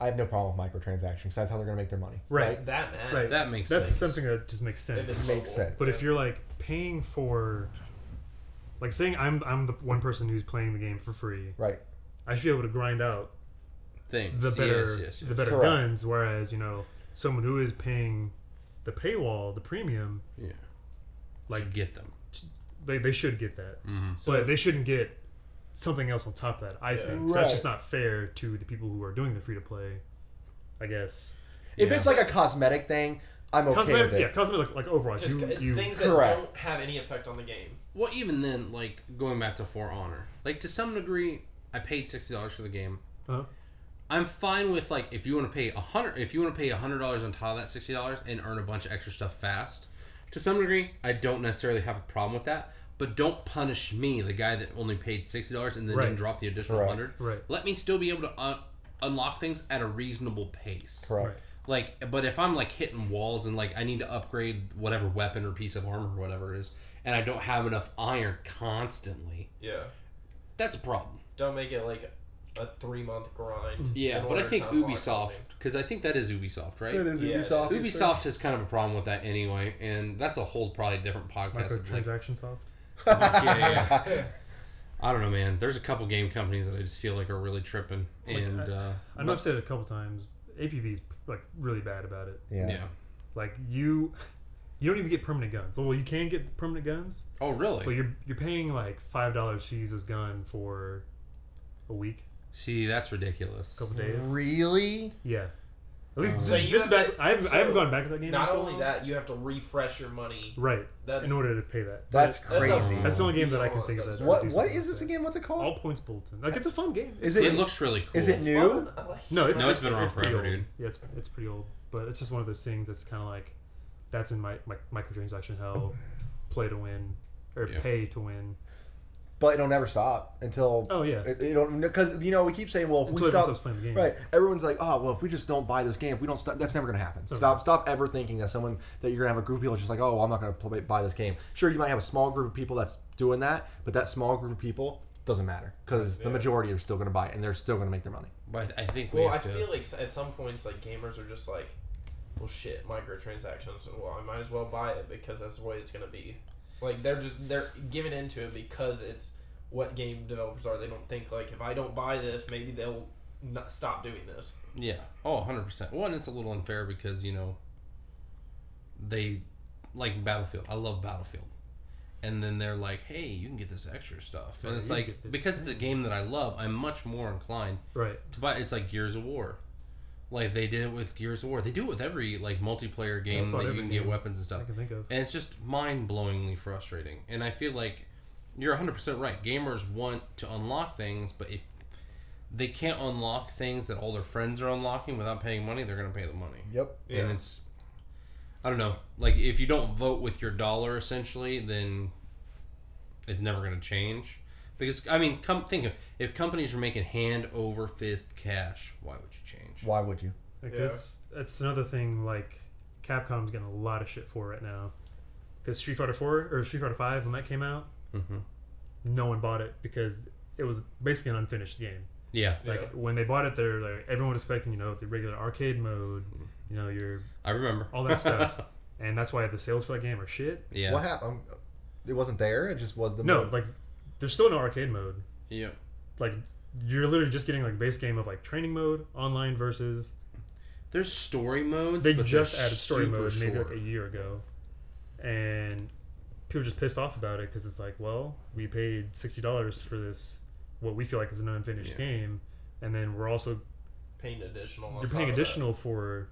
Speaker 5: I have no problem with microtransactions 'cause that's how they're going to make their money.
Speaker 2: Right.
Speaker 4: That man.
Speaker 2: Right.
Speaker 3: That makes
Speaker 2: That's
Speaker 3: sense.
Speaker 2: something that just makes sense.
Speaker 5: It makes sense.
Speaker 2: But if you're like paying for, like saying I'm I'm the one person who's playing the game for free,
Speaker 5: Right.
Speaker 2: I should be able to grind out
Speaker 3: Things.
Speaker 2: the
Speaker 3: Yes,
Speaker 2: better
Speaker 3: yes, yes.
Speaker 2: the better
Speaker 5: Correct.
Speaker 2: guns. Whereas you know someone who is paying the paywall, the premium,
Speaker 3: Yeah.
Speaker 2: like
Speaker 3: get them.
Speaker 2: they, they should get that.
Speaker 3: hmm
Speaker 4: So-
Speaker 2: but they shouldn't get something else on top of that. I
Speaker 4: Yeah.
Speaker 2: think so that's
Speaker 5: Right.
Speaker 2: just not fair to the people who are doing the free to play. I guess
Speaker 5: If
Speaker 3: Yeah.
Speaker 5: it's like a cosmetic thing, I'm okay
Speaker 2: cosmetics,
Speaker 5: with it.
Speaker 2: yeah, cosmetics like Overwatch.
Speaker 4: Because
Speaker 2: You,
Speaker 4: it's
Speaker 2: you,
Speaker 4: things
Speaker 5: correct.
Speaker 4: that don't have any effect on the game.
Speaker 3: Well, even then, like going back to For Honor, like to some degree, I paid sixty dollars for the game.
Speaker 2: Uh-huh.
Speaker 3: I'm fine with like if you want to pay a hundred, if you want to pay a hundred dollars on top of that sixty dollars and earn a bunch of extra stuff fast. To some degree, I don't necessarily have a problem with that. But don't punish me, the guy that only paid sixty dollars and then
Speaker 2: Right.
Speaker 3: didn't drop the additional
Speaker 5: Correct.
Speaker 3: hundred.
Speaker 2: Right.
Speaker 3: Let me still be able to uh, unlock things at a reasonable pace.
Speaker 5: Correct.
Speaker 2: Right.
Speaker 3: Like, but if I'm like hitting walls and like I need to upgrade whatever weapon or piece of armor or whatever it is, and I don't have enough iron constantly,
Speaker 4: Yeah.
Speaker 3: that's a problem.
Speaker 4: Don't make it like a three month grind.
Speaker 2: Mm-hmm.
Speaker 3: Yeah,
Speaker 4: in
Speaker 3: but
Speaker 4: order
Speaker 3: I
Speaker 4: to
Speaker 3: think
Speaker 4: unlock
Speaker 3: Ubisoft,
Speaker 4: something.
Speaker 3: because I think that is Ubisoft, right?
Speaker 5: It is
Speaker 4: Yeah.
Speaker 5: Ubisoft.
Speaker 3: Ubisoft has kind of a problem with that anyway, and that's a whole probably different podcast. of, like-
Speaker 2: microtransaction soft.
Speaker 3: Yeah, I don't know, man. There's a couple game companies that I just feel like are really tripping,
Speaker 2: Like,
Speaker 3: and
Speaker 2: I-
Speaker 3: uh,
Speaker 2: I know I've said it a couple times. APB's like really bad about it.
Speaker 5: (laughs) Yeah.
Speaker 3: yeah.
Speaker 2: Like you, you don't even get permanent guns. Well, you can get permanent guns,
Speaker 3: Oh, really?
Speaker 2: but you're you're paying like five dollars to use this gun for a week,
Speaker 3: See, that's ridiculous.
Speaker 2: a couple days.
Speaker 5: Really?
Speaker 2: Yeah. At least
Speaker 5: Um,
Speaker 2: this,
Speaker 5: So
Speaker 4: you
Speaker 2: this
Speaker 4: have
Speaker 2: back,
Speaker 4: to-
Speaker 2: I haven't,
Speaker 4: so
Speaker 2: I haven't gone back to that
Speaker 5: (laughs)
Speaker 2: game. in
Speaker 4: Not
Speaker 2: so
Speaker 4: only
Speaker 2: long.
Speaker 4: that, you have to refresh your money.
Speaker 2: right?
Speaker 4: That's
Speaker 2: In order to pay that,
Speaker 5: That's
Speaker 4: That's
Speaker 5: crazy.
Speaker 4: a-
Speaker 2: That's the only game that I can think of. That
Speaker 4: That's-
Speaker 5: what
Speaker 2: do
Speaker 5: what
Speaker 2: something
Speaker 5: is
Speaker 2: like
Speaker 5: this
Speaker 2: that.
Speaker 5: again? What's it
Speaker 2: All
Speaker 5: called?
Speaker 2: points bulletin. Like it's a fun game.
Speaker 5: Is
Speaker 3: It
Speaker 5: it
Speaker 3: looks really cool.
Speaker 5: is it new?
Speaker 4: Fun. I like
Speaker 2: no, it's
Speaker 4: that.
Speaker 3: No, it's been around
Speaker 2: pretty
Speaker 3: forever,
Speaker 2: old.
Speaker 3: dude.
Speaker 2: Yeah, it's, it's pretty old, but it's just one of those things that's kind of like that's in my, my microtransaction hell. Play to win or
Speaker 3: Yeah.
Speaker 2: pay to win.
Speaker 5: But it'll never stop until
Speaker 2: Oh yeah,
Speaker 5: it, it don't because you know we keep saying well if
Speaker 2: until
Speaker 5: we
Speaker 2: everyone
Speaker 5: stop
Speaker 2: stops playing the game.
Speaker 5: Right. Everyone's like, oh, well, if we just don't buy this game, if we don't stop, that's never going to happen.
Speaker 2: It's never
Speaker 5: Stop, stop ever thinking that someone, that you're going to have a group of people just like, oh, I'm not going to buy this game. Sure, you might have a small group of people that's doing that, but that small group of people doesn't matter because the
Speaker 4: Yeah.
Speaker 5: majority are still going to buy it and they're still going to make their money.
Speaker 3: But I think we
Speaker 4: Well, I
Speaker 3: have to.
Speaker 4: feel like s- at some points, like gamers are just like, well, shit, microtransactions. Well, I might as well buy it because that's the way it's gonna be. Like they're just they're giving into it because it's what game developers are. They don't think like if I don't buy this, maybe they'll not stop doing this.
Speaker 3: Yeah. Oh, 100%. One, it's a little unfair because, you know, they like Battlefield. I love Battlefield. And then they're like, hey, you can get this extra stuff. And
Speaker 2: Right,
Speaker 3: it's
Speaker 2: you can
Speaker 3: like,
Speaker 2: get this
Speaker 3: because it's a game that I love, I'm much more inclined
Speaker 2: Right.
Speaker 3: to buy It's like Gears of War. Like, they did it with Gears of War. They do it with every, like, multiplayer game
Speaker 2: about
Speaker 3: that you
Speaker 2: every
Speaker 3: can get
Speaker 2: game.
Speaker 3: weapons and
Speaker 2: I
Speaker 3: stuff.
Speaker 2: can think of.
Speaker 3: And it's just mind blowingly frustrating. And I feel like you're 100% right. Gamers want to unlock things, but if they can't unlock things that all their friends are unlocking without paying money. They're gonna pay the money,
Speaker 5: Yep.
Speaker 4: Yeah.
Speaker 3: and it's I don't know. Like if you don't vote with your dollar, essentially, then it's never gonna change. Because I mean, come think of if companies were making hand over fist cash, why would you change?
Speaker 5: Why would you?
Speaker 2: Like
Speaker 4: Yeah.
Speaker 2: that's that's another thing. Like Capcom's getting a lot of shit for right now, because Street Fighter Four or Street Fighter Five when that came out,
Speaker 3: Mm-hmm.
Speaker 2: no one bought it because it was basically an unfinished game.
Speaker 3: Yeah,
Speaker 4: Yeah.
Speaker 2: Like when they bought it, they're like everyone was expecting you know the regular arcade mode,
Speaker 3: Mhm.
Speaker 2: you know your
Speaker 3: I remember
Speaker 2: All that stuff. and that's why the sales for that game are shit.
Speaker 3: (laughs) yeah,
Speaker 5: What happened? It wasn't there. It just was the
Speaker 2: no,
Speaker 5: mode.
Speaker 2: like there's still no arcade mode.
Speaker 3: yeah.
Speaker 2: Like you're literally just getting like base game of like training mode online versus
Speaker 3: There's story modes.
Speaker 2: they
Speaker 3: but
Speaker 2: just
Speaker 3: they're
Speaker 2: added story
Speaker 3: super
Speaker 2: mode maybe
Speaker 3: short.
Speaker 2: like a year ago, and people were just pissed off about it because it's like, well, we paid sixty dollars for this, what we feel like is an unfinished
Speaker 3: Yeah.
Speaker 2: game, and then we're also
Speaker 4: paying additional. on
Speaker 2: you're
Speaker 4: top
Speaker 2: paying
Speaker 4: of that.
Speaker 2: additional for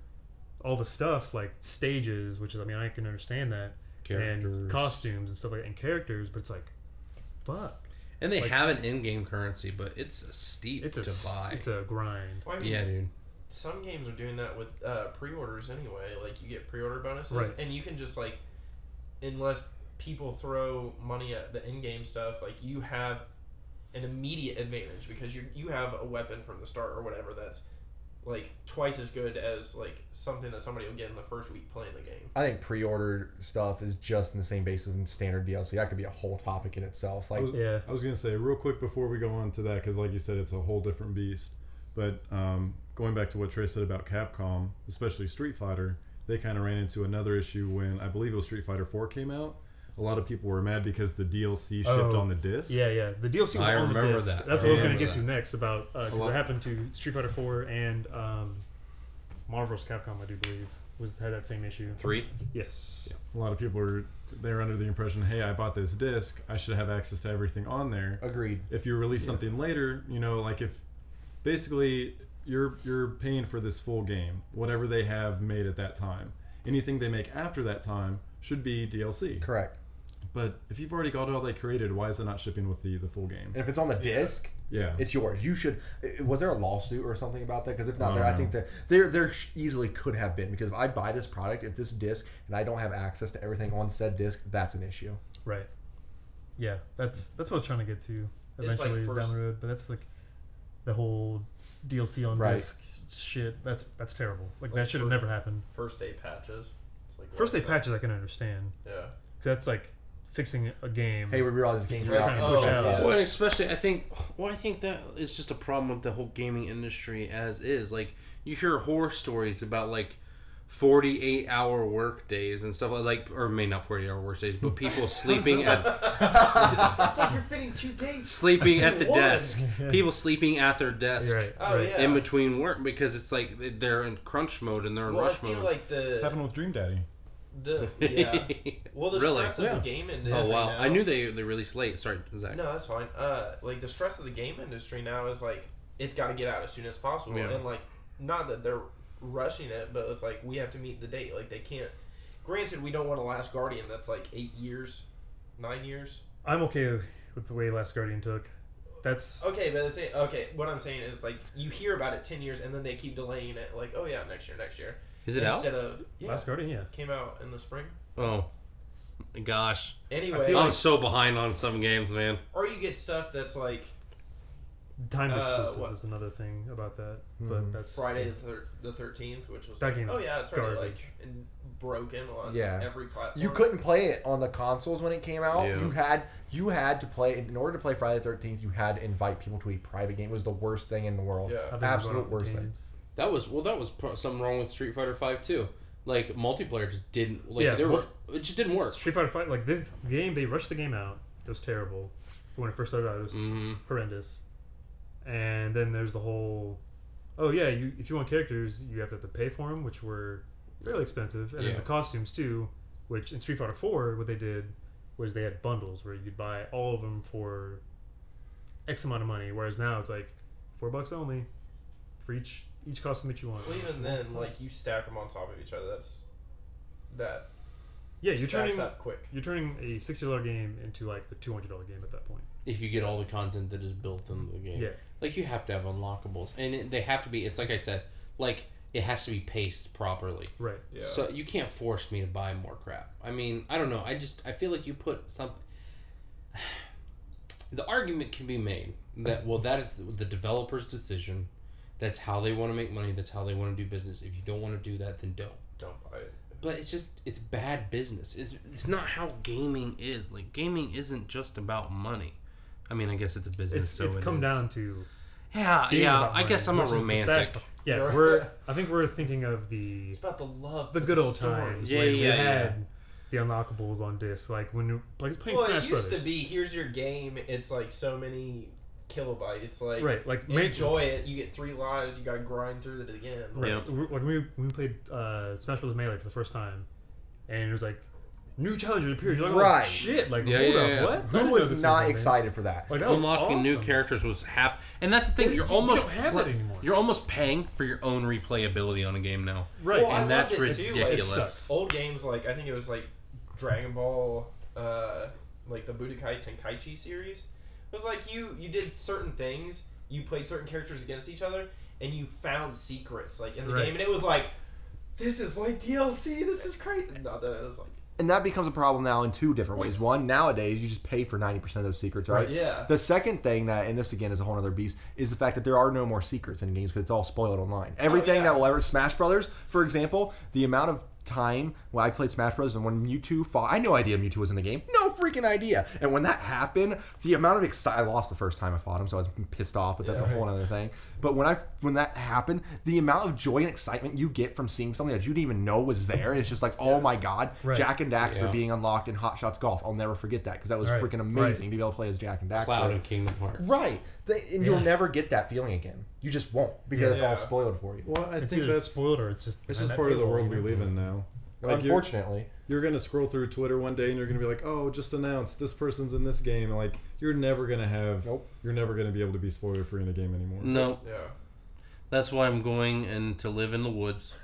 Speaker 2: all the stuff like stages, which is I mean I can understand that, and
Speaker 3: Characters.
Speaker 2: costumes and stuff like and characters, but it's like, fuck,
Speaker 3: And they
Speaker 2: Like-
Speaker 3: have an in-game currency, but it's steep
Speaker 2: it's a
Speaker 3: to
Speaker 2: s-
Speaker 3: buy.
Speaker 2: it's a grind.
Speaker 4: Well, I mean,
Speaker 3: yeah, dude.
Speaker 4: Some games are doing that with uh, pre-orders anyway. Like you get pre-order bonuses,
Speaker 2: Right.
Speaker 4: and you can just like, unless people throw money at the in-game stuff, like you have an immediate advantage because you you have a weapon from the start or whatever that's like twice as good as like something that somebody will get in the first week playing the game.
Speaker 5: I think pre-order stuff is just in the same basis of standard DLC. That could be a whole topic in itself. Like,
Speaker 1: was-
Speaker 2: Yeah,
Speaker 1: I was gonna say real quick before we go on to that, because like you said, it's a whole different beast. But um, going back to what Trey said about Capcom, especially Street Fighter, they kind of ran into another issue when I believe it was Street Fighter Four came out. A lot of people were mad because the DLC shipped
Speaker 2: Oh,
Speaker 1: on the disc.
Speaker 2: yeah, yeah. The DLC was
Speaker 3: I
Speaker 2: on the
Speaker 3: remember
Speaker 2: disc.
Speaker 3: that.
Speaker 2: That's
Speaker 1: I
Speaker 2: what I was gonna
Speaker 3: remember
Speaker 2: get to
Speaker 3: that.
Speaker 2: next about because
Speaker 1: lot.
Speaker 2: it happened to Street Fighter Four and um, Marvel's Capcom, I do believe, was had that same issue.
Speaker 3: Three.
Speaker 2: Yes.
Speaker 1: A lot of people were they were under the impression, hey, I bought this disc, I should have access to everything on there.
Speaker 5: agreed.
Speaker 1: if you release something later, you know, like if basically you're you're paying for this full game, whatever they have made at that time. Anything they make after that time should be DLC.
Speaker 5: Correct.
Speaker 1: But if you've already got all they created, why is it not shipping with the the full game?
Speaker 5: And if it's on the
Speaker 4: Yeah.
Speaker 5: disc,
Speaker 1: Yeah.
Speaker 5: it's yours. You should. i- Was there a lawsuit or something about that? Because if not,
Speaker 1: I
Speaker 5: there, I
Speaker 2: Uh-huh.
Speaker 1: don't
Speaker 5: think that there there sh- easily could have been. Because if I buy this product, if this disc, and I don't have access to everything on said disc, that's an issue.
Speaker 2: Right. Yeah, that's that's what I was trying to get to
Speaker 4: It's like
Speaker 2: eventually
Speaker 4: first-
Speaker 2: down the road. But that's like the whole DLC on
Speaker 5: Right.
Speaker 2: disc shit. That's that's terrible. Like,
Speaker 4: Like
Speaker 2: that should have
Speaker 4: first-
Speaker 2: never happened.
Speaker 4: First day patches. It's like
Speaker 2: First day
Speaker 4: what's that?
Speaker 2: patches I can understand.
Speaker 4: Yeah.
Speaker 2: 'Cause that's like fixing a game. (laughs)
Speaker 4: (laughs)
Speaker 5: Hey, we realize this game's
Speaker 2: You're
Speaker 5: out.
Speaker 2: trying to push
Speaker 5: Oh,
Speaker 2: out.
Speaker 5: yeah.
Speaker 3: Well, and especially I think well, I think that is just a problem with the whole gaming industry as is. Like you hear horror stories about like forty-eight hour work days and stuff like, like or maybe not forty-eight hour work days,
Speaker 2: (laughs)
Speaker 3: but people sleeping at (laughs)
Speaker 4: it's like you're fitting two days.
Speaker 3: sleeping at the
Speaker 4: One.
Speaker 3: desk, people sleeping at their desk
Speaker 2: You're right.
Speaker 4: Oh
Speaker 2: right.
Speaker 4: yeah.
Speaker 3: in between work because it's like they- they're in crunch mode and they're in
Speaker 4: Well, I
Speaker 3: rush
Speaker 4: feel
Speaker 3: mode.
Speaker 4: like the
Speaker 1: happened with Dream Daddy.
Speaker 3: (laughs)
Speaker 4: the yeah. Well, the
Speaker 3: Really?
Speaker 4: stress of
Speaker 1: Yeah.
Speaker 4: the game industry.
Speaker 3: oh wow!
Speaker 4: Now,
Speaker 3: I knew they they released late. Sorry, Zach.
Speaker 4: No, that's fine. Uh, like the stress of the game industry now is like it's got to get out as soon as possible,
Speaker 3: Yeah.
Speaker 4: and like not that they're rushing it, but it's like we have to meet the date. Like they can't. Granted, we don't want a Last Guardian that's like eight years, nine years.
Speaker 2: I'm okay with the way Last Guardian took. That's
Speaker 4: Okay, but it's okay. What I'm saying is like you hear about it ten years, and then they keep delaying it. Like oh yeah, next year, next year.
Speaker 3: Is it out?
Speaker 4: Instead of yeah,
Speaker 2: Last Guardian. Yeah.
Speaker 4: came out in the spring.
Speaker 3: Oh, gosh.
Speaker 4: Anyway,
Speaker 2: feel
Speaker 3: I'm so behind on some games, man.
Speaker 4: or you get stuff that's like
Speaker 2: Time
Speaker 4: Uh,
Speaker 2: exclusives
Speaker 4: what-
Speaker 2: is another thing about that,
Speaker 5: Mhm.
Speaker 2: but that's
Speaker 4: Friday the thir- the thirteenth, which was
Speaker 2: That
Speaker 4: like,
Speaker 2: game is
Speaker 4: oh yeah, it's already like
Speaker 2: garbage.
Speaker 4: in- broken on
Speaker 5: Yeah.
Speaker 4: every platform.
Speaker 5: You couldn't play it on the consoles when it came out.
Speaker 3: Yeah.
Speaker 5: You had you had to play in order to play Friday the Thirteenth. You had to invite people to a private game. It was the worst thing in the world.
Speaker 4: Yeah.
Speaker 2: I think we're going
Speaker 5: Absolute
Speaker 2: off the
Speaker 5: worst thing.
Speaker 2: tangents.
Speaker 3: That was well. That was pro- something wrong with Street Fighter Five too. Like multiplayer just didn't. Like,
Speaker 2: Yeah,
Speaker 3: there
Speaker 2: what's-
Speaker 3: were- it just didn't work.
Speaker 2: Street Fighter Five, like this game, they rushed the game out. It was terrible. When it first started out, it was
Speaker 3: hmm
Speaker 2: horrendous. And then there's the whole, oh yeah, you if you want characters, you have to, have to pay for them, which were fairly expensive, and then
Speaker 3: Yeah.
Speaker 2: the costumes too. Which in Street Fighter Four, what they did was they had bundles where you'd buy all of them for X amount of money, whereas now it's like four bucks only for each each costume that you want.
Speaker 4: Well, even then, like you stack them on top of each other. That's that
Speaker 2: Yeah, you're
Speaker 4: stacks
Speaker 2: turning
Speaker 4: up quick.
Speaker 2: you're turning a sixty dollar game into like a two hundred dollar game at that point.
Speaker 3: if you get all the content that is built into the game.
Speaker 2: Yeah.
Speaker 3: Like you have to have unlockables, and it, they have to be. It's like I said, like it has to be paced properly.
Speaker 2: Right.
Speaker 4: Yeah.
Speaker 3: So you can't force me to buy more crap. I mean, I don't know. I just I feel like you put something. (sighs) The argument can be made that well, that is the, the developer's decision. That's how they want to make money. That's how they want to do business. If you don't want to do that, then don't.
Speaker 4: Don't buy it.
Speaker 3: But it's just it's bad business. It's it's not how gaming is. Like gaming isn't just about money. I mean, I guess it's a business.
Speaker 2: It's
Speaker 3: so
Speaker 2: it's
Speaker 3: it
Speaker 2: come
Speaker 3: is.
Speaker 2: down to
Speaker 3: Yeah,
Speaker 2: being
Speaker 3: yeah.
Speaker 2: about
Speaker 3: I guess I'm
Speaker 2: money,
Speaker 3: a
Speaker 2: which is the sad-
Speaker 3: romantic.
Speaker 2: Yeah, (laughs)
Speaker 4: You're-
Speaker 2: we're I think we're thinking of the
Speaker 4: It's about the love.
Speaker 2: the
Speaker 4: for
Speaker 2: good old
Speaker 4: story.
Speaker 2: times
Speaker 3: Yeah,
Speaker 2: when we
Speaker 3: yeah, yeah.
Speaker 2: had the unlockables on disc, like when you- like playing
Speaker 4: Well,
Speaker 2: Smash
Speaker 4: it used
Speaker 2: Brothers.
Speaker 4: to be here's your game. It's like so many kilobytes. It's like
Speaker 2: right, like ma-
Speaker 4: enjoy it. You get three lives. You gotta grind through it again.
Speaker 2: Right.
Speaker 3: Yep.
Speaker 2: Like when we when we played uh, Smash Bros. Melee for the first time, and it was like new challenger appears. You're like,
Speaker 5: Right.
Speaker 2: oh, shit! Like,
Speaker 3: Yeah,
Speaker 2: hold
Speaker 3: yeah,
Speaker 2: up,
Speaker 3: yeah.
Speaker 2: what? I
Speaker 5: Who
Speaker 2: didn't know this
Speaker 5: was not
Speaker 2: a thing.
Speaker 5: excited for that?
Speaker 2: Like that was
Speaker 3: Unlocking new
Speaker 2: awesome.
Speaker 3: characters was half, and that's the thing.
Speaker 2: Dude,
Speaker 3: You're
Speaker 2: you- you
Speaker 3: almost
Speaker 2: don't have
Speaker 3: pla-
Speaker 2: that anymore.
Speaker 3: You're almost paying for your own replayability on a game now.
Speaker 2: Right.
Speaker 4: Well, I
Speaker 3: and that's
Speaker 4: loved it too, like, it
Speaker 3: ridiculous.
Speaker 2: sucks.
Speaker 4: Old games like I think it was like Dragon Ball, uh, like the Budokai Tenkaichi series. It was like you you did certain things. You played certain characters against each other, and you found secrets like in the
Speaker 2: Right.
Speaker 4: game. And it was like, this is like DLC. This is crazy. No, that it was like
Speaker 5: And that becomes a problem now in two different ways. One, nowadays you just pay for ninety percent of those secrets, right?
Speaker 4: yeah.
Speaker 5: The second thing that, and this again is a whole other beast, is the fact that there are no more secrets in games because it's all spoiled online. Everything
Speaker 4: yeah.
Speaker 5: that will ever Smash Brothers, for example, the amount of time when I played Smash Brothers and when Mewtwo fought, I had no idea Mewtwo was in the game, no freaking idea. And when that happened, the amount of excitement, I lost the first time I fought him, so I was pissed off, but that's a whole other thing. But when I when that happened, the amount of joy and excitement you get from seeing something that you didn't even know was there, and it's just like, oh my god,
Speaker 2: Right.
Speaker 5: Jack and Daxter
Speaker 3: Yeah.
Speaker 5: being unlocked in Hot Shots Golf, I'll never forget that because that was
Speaker 2: Right.
Speaker 5: freaking amazing
Speaker 2: Right.
Speaker 5: to be able to play as Jack and Daxter.
Speaker 3: Cloud and Kingdom Hearts.
Speaker 5: Right. They, and
Speaker 2: Yeah.
Speaker 5: you'll never get that feeling again. You just won't because it's all
Speaker 4: Yeah.
Speaker 5: spoiled for you.
Speaker 1: Well, I
Speaker 2: It's
Speaker 1: think
Speaker 2: either
Speaker 1: that's
Speaker 2: spoiled or it's just
Speaker 1: it's
Speaker 2: behind
Speaker 1: just
Speaker 2: that
Speaker 1: part of the
Speaker 2: paywall,
Speaker 1: world we
Speaker 2: even.
Speaker 1: live in now. Like you're,
Speaker 5: Unfortunately,
Speaker 1: you're gonna scroll through Twitter one day and you're gonna be like, oh, just announced this person's in this game. And like you're never gonna have,
Speaker 5: Nope.
Speaker 1: you're never gonna be able to be spoiler free in a game anymore.
Speaker 3: No,
Speaker 4: Yeah.
Speaker 3: that's why I'm going and to live in
Speaker 2: (laughs)
Speaker 3: the woods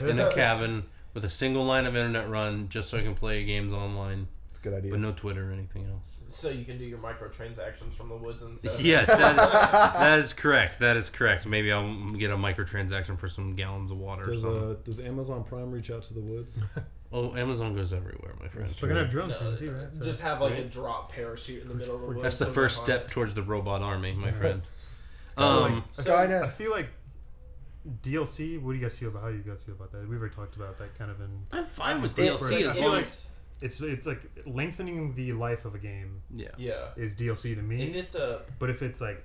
Speaker 3: in a cabin with a single line of internet run, just so I can play games online,
Speaker 5: it's a good idea.
Speaker 3: but no Twitter or anything else.
Speaker 4: (laughs) So you can do your microtransactions from the woods and stuff.
Speaker 3: (laughs) Yes,
Speaker 5: (laughs)
Speaker 3: that is,
Speaker 4: (laughs)
Speaker 3: that is correct. That is correct. Maybe I'll get a microtransaction for some gallons of water or
Speaker 1: Does
Speaker 3: something.
Speaker 1: uh, does Amazon Prime reach out to the woods?
Speaker 3: Oh, Amazon goes everywhere, my friend.
Speaker 2: We're gonna have drums
Speaker 4: No,
Speaker 2: soon too, right? So-
Speaker 4: just have like a
Speaker 3: Right.
Speaker 4: drop parachute in the middle of the woods.
Speaker 3: That's the
Speaker 4: so
Speaker 3: first
Speaker 4: they're
Speaker 3: step
Speaker 4: fine.
Speaker 3: towards the robot army, my friend.
Speaker 5: So, like,
Speaker 3: Um,
Speaker 4: So-
Speaker 2: I
Speaker 5: Skynet.
Speaker 2: feel like DLC. What do you guys feel about how you guys feel about that? We've already talked about that kind of in.
Speaker 3: I'm fine with
Speaker 2: First person.
Speaker 3: DLC
Speaker 2: I
Speaker 3: as
Speaker 2: feel
Speaker 3: long
Speaker 2: like-
Speaker 3: as
Speaker 2: It's it's like lengthening the life of a game
Speaker 3: yeah.
Speaker 4: Yeah.
Speaker 2: is DLC to me.
Speaker 4: If it's a
Speaker 2: But if it's like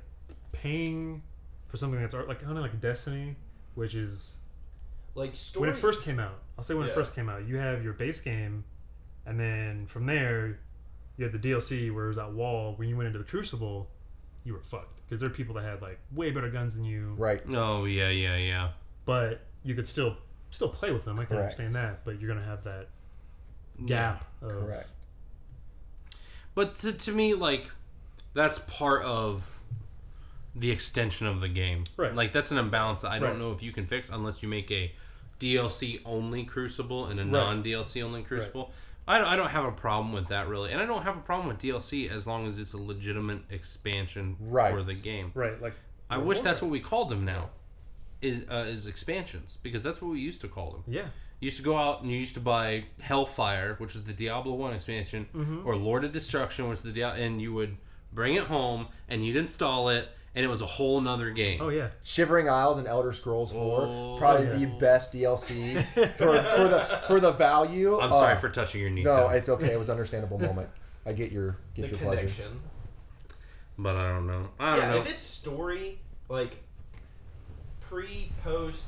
Speaker 2: paying for something that's art, like kind of like Destiny, which is
Speaker 4: like story,
Speaker 2: when it first came out. I'll say when
Speaker 4: Yeah.
Speaker 2: it first came out, you have your base game, and then from there, you had the DLC where it was that wall. When you went into the Crucible, you were fucked because there are people that had like way better guns than you,
Speaker 5: Right.
Speaker 3: Oh yeah, yeah, yeah.
Speaker 2: but you could still still play with them. I can
Speaker 5: Correct.
Speaker 2: understand that, but you're gonna have that
Speaker 3: Yeah.
Speaker 2: gap. Of,
Speaker 5: Correct.
Speaker 3: But to, to me, like, that's part of the extension of the game.
Speaker 2: Right.
Speaker 3: Like that's an imbalance that I
Speaker 2: Right.
Speaker 3: don't know if you can fix unless you make a DLC only Crucible and a
Speaker 2: Right.
Speaker 3: non DLC only Crucible. I don't, I don't have a problem with that really, and I don't have a problem with DLC as long as it's a legitimate expansion
Speaker 5: Right.
Speaker 3: for the game.
Speaker 2: Right, like
Speaker 3: I wish that's what we called them now. Is uh, is expansions because that's what we used to call them.
Speaker 2: yeah,
Speaker 3: You used to go out and you used to buy Hellfire, which is the Diablo One expansion,
Speaker 2: Mhm.
Speaker 3: or Lord of Destruction, which is the Diablo, and you would bring it home and you'd install it, and it was a whole nother game.
Speaker 2: oh yeah,
Speaker 5: Shivering Isles and Elder Scrolls 4,
Speaker 3: Oh,
Speaker 5: probably
Speaker 2: yeah.
Speaker 5: the best DLC for, for the for the value.
Speaker 3: I'm
Speaker 5: Uh,
Speaker 3: sorry for touching your knee.
Speaker 5: No, it's okay. It was an understandable moment. I get your get
Speaker 4: the
Speaker 5: your pleasure.
Speaker 4: connection.
Speaker 3: but I don't know. I don't
Speaker 4: Yeah,
Speaker 3: know.
Speaker 4: if it's story, like pre, post,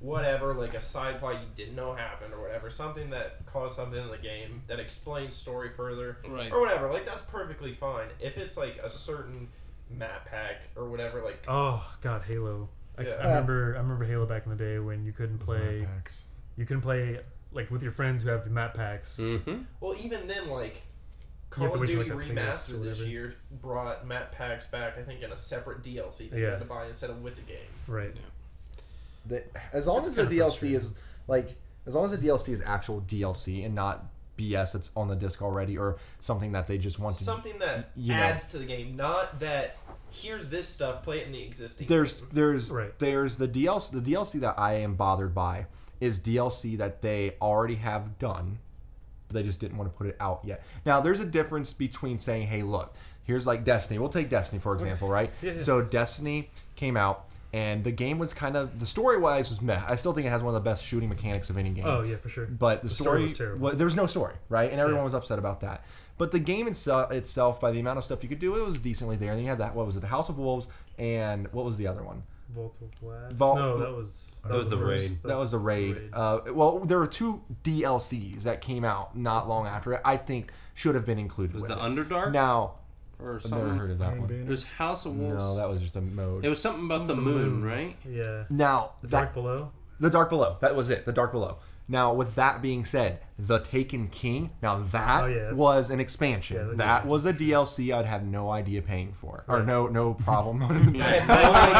Speaker 4: whatever, like a side plot you didn't know happened or whatever, something that caused something in the game that explains story further
Speaker 3: right.
Speaker 4: or whatever, like that's perfectly fine. If it's like a certain map pack or whatever, like
Speaker 2: oh god, Halo. I,
Speaker 4: Yeah.
Speaker 2: I remember I remember Halo back in the day when you couldn't play
Speaker 1: Packs.
Speaker 2: you couldn't play like with your friends who have the map packs.
Speaker 3: Mm-hmm.
Speaker 4: well, even then, like.
Speaker 2: You have
Speaker 4: Call
Speaker 2: to
Speaker 4: of
Speaker 2: wait till, like, a playlist
Speaker 4: Duty
Speaker 2: or
Speaker 4: Remastered this
Speaker 2: whatever.
Speaker 4: year brought map packs back, I think, in a separate DLC that you
Speaker 2: Yeah.
Speaker 4: had to buy instead of with the game.
Speaker 2: Right.
Speaker 5: The, as long
Speaker 2: That's
Speaker 5: as the
Speaker 2: kinda
Speaker 5: DLC is like, as long as the DLC is actual DLC and not BS that's on the disc already, or something that they just want to.
Speaker 4: Something that
Speaker 5: you know.
Speaker 4: adds to the game, not that here's this stuff, play it in the existing.
Speaker 5: there's (laughs)
Speaker 4: game.
Speaker 5: there's
Speaker 2: Right.
Speaker 5: there's the DLC the DLC that I am bothered by is DLC that they already have done, but they just didn't want to put it out yet. Now there's a difference between saying, hey, look, here's like Destiny. We'll take Destiny for example, right?
Speaker 2: (laughs) Yeah, yeah.
Speaker 5: So Destiny came out and the game was kind of the story wise was meh. I still think it has one of the best shooting mechanics of any game.
Speaker 2: Oh yeah, for sure.
Speaker 5: But the,
Speaker 2: The story
Speaker 5: story,
Speaker 2: was terrible.
Speaker 5: wa- there was no story, right? And everyone
Speaker 2: Yeah.
Speaker 5: was upset about that. But the game itself, itself, by the amount of stuff you could do, it was decently there. And then you had that. What was it? The House of Wolves, and what was the other one?
Speaker 2: Volt of Blast.
Speaker 5: Vol-
Speaker 2: no, that was
Speaker 3: That was the
Speaker 2: first-
Speaker 3: raid.
Speaker 5: That was the raid.
Speaker 2: Raid.
Speaker 5: Uh, well, there were two DLCs that came out not long after it. I think should have been included.
Speaker 3: was
Speaker 5: with
Speaker 3: the
Speaker 5: it.
Speaker 3: Underdark
Speaker 5: Now,
Speaker 3: or
Speaker 5: I've never
Speaker 3: something?
Speaker 5: heard of that
Speaker 1: Iron
Speaker 5: one.
Speaker 3: It
Speaker 1: Banner.
Speaker 3: was House of Wolves.
Speaker 5: No, that was just a mode.
Speaker 3: it was something about the
Speaker 2: Something
Speaker 3: moon,
Speaker 2: moon.
Speaker 3: right?
Speaker 2: Yeah.
Speaker 5: now
Speaker 2: The
Speaker 5: that
Speaker 2: Dark
Speaker 5: (laughs)
Speaker 2: Below.
Speaker 5: The Dark Below. That was it. The Dark Below. Now, with that being said, The Taken King. Now that
Speaker 2: Oh, yeah, that's-
Speaker 5: was an expansion.
Speaker 2: Yeah, that's-
Speaker 5: that was a DLC. I'd have no idea paying for, or
Speaker 2: Right. (laughs)
Speaker 5: no, no problem.
Speaker 4: I
Speaker 5: (laughs)
Speaker 4: had no
Speaker 2: yeah,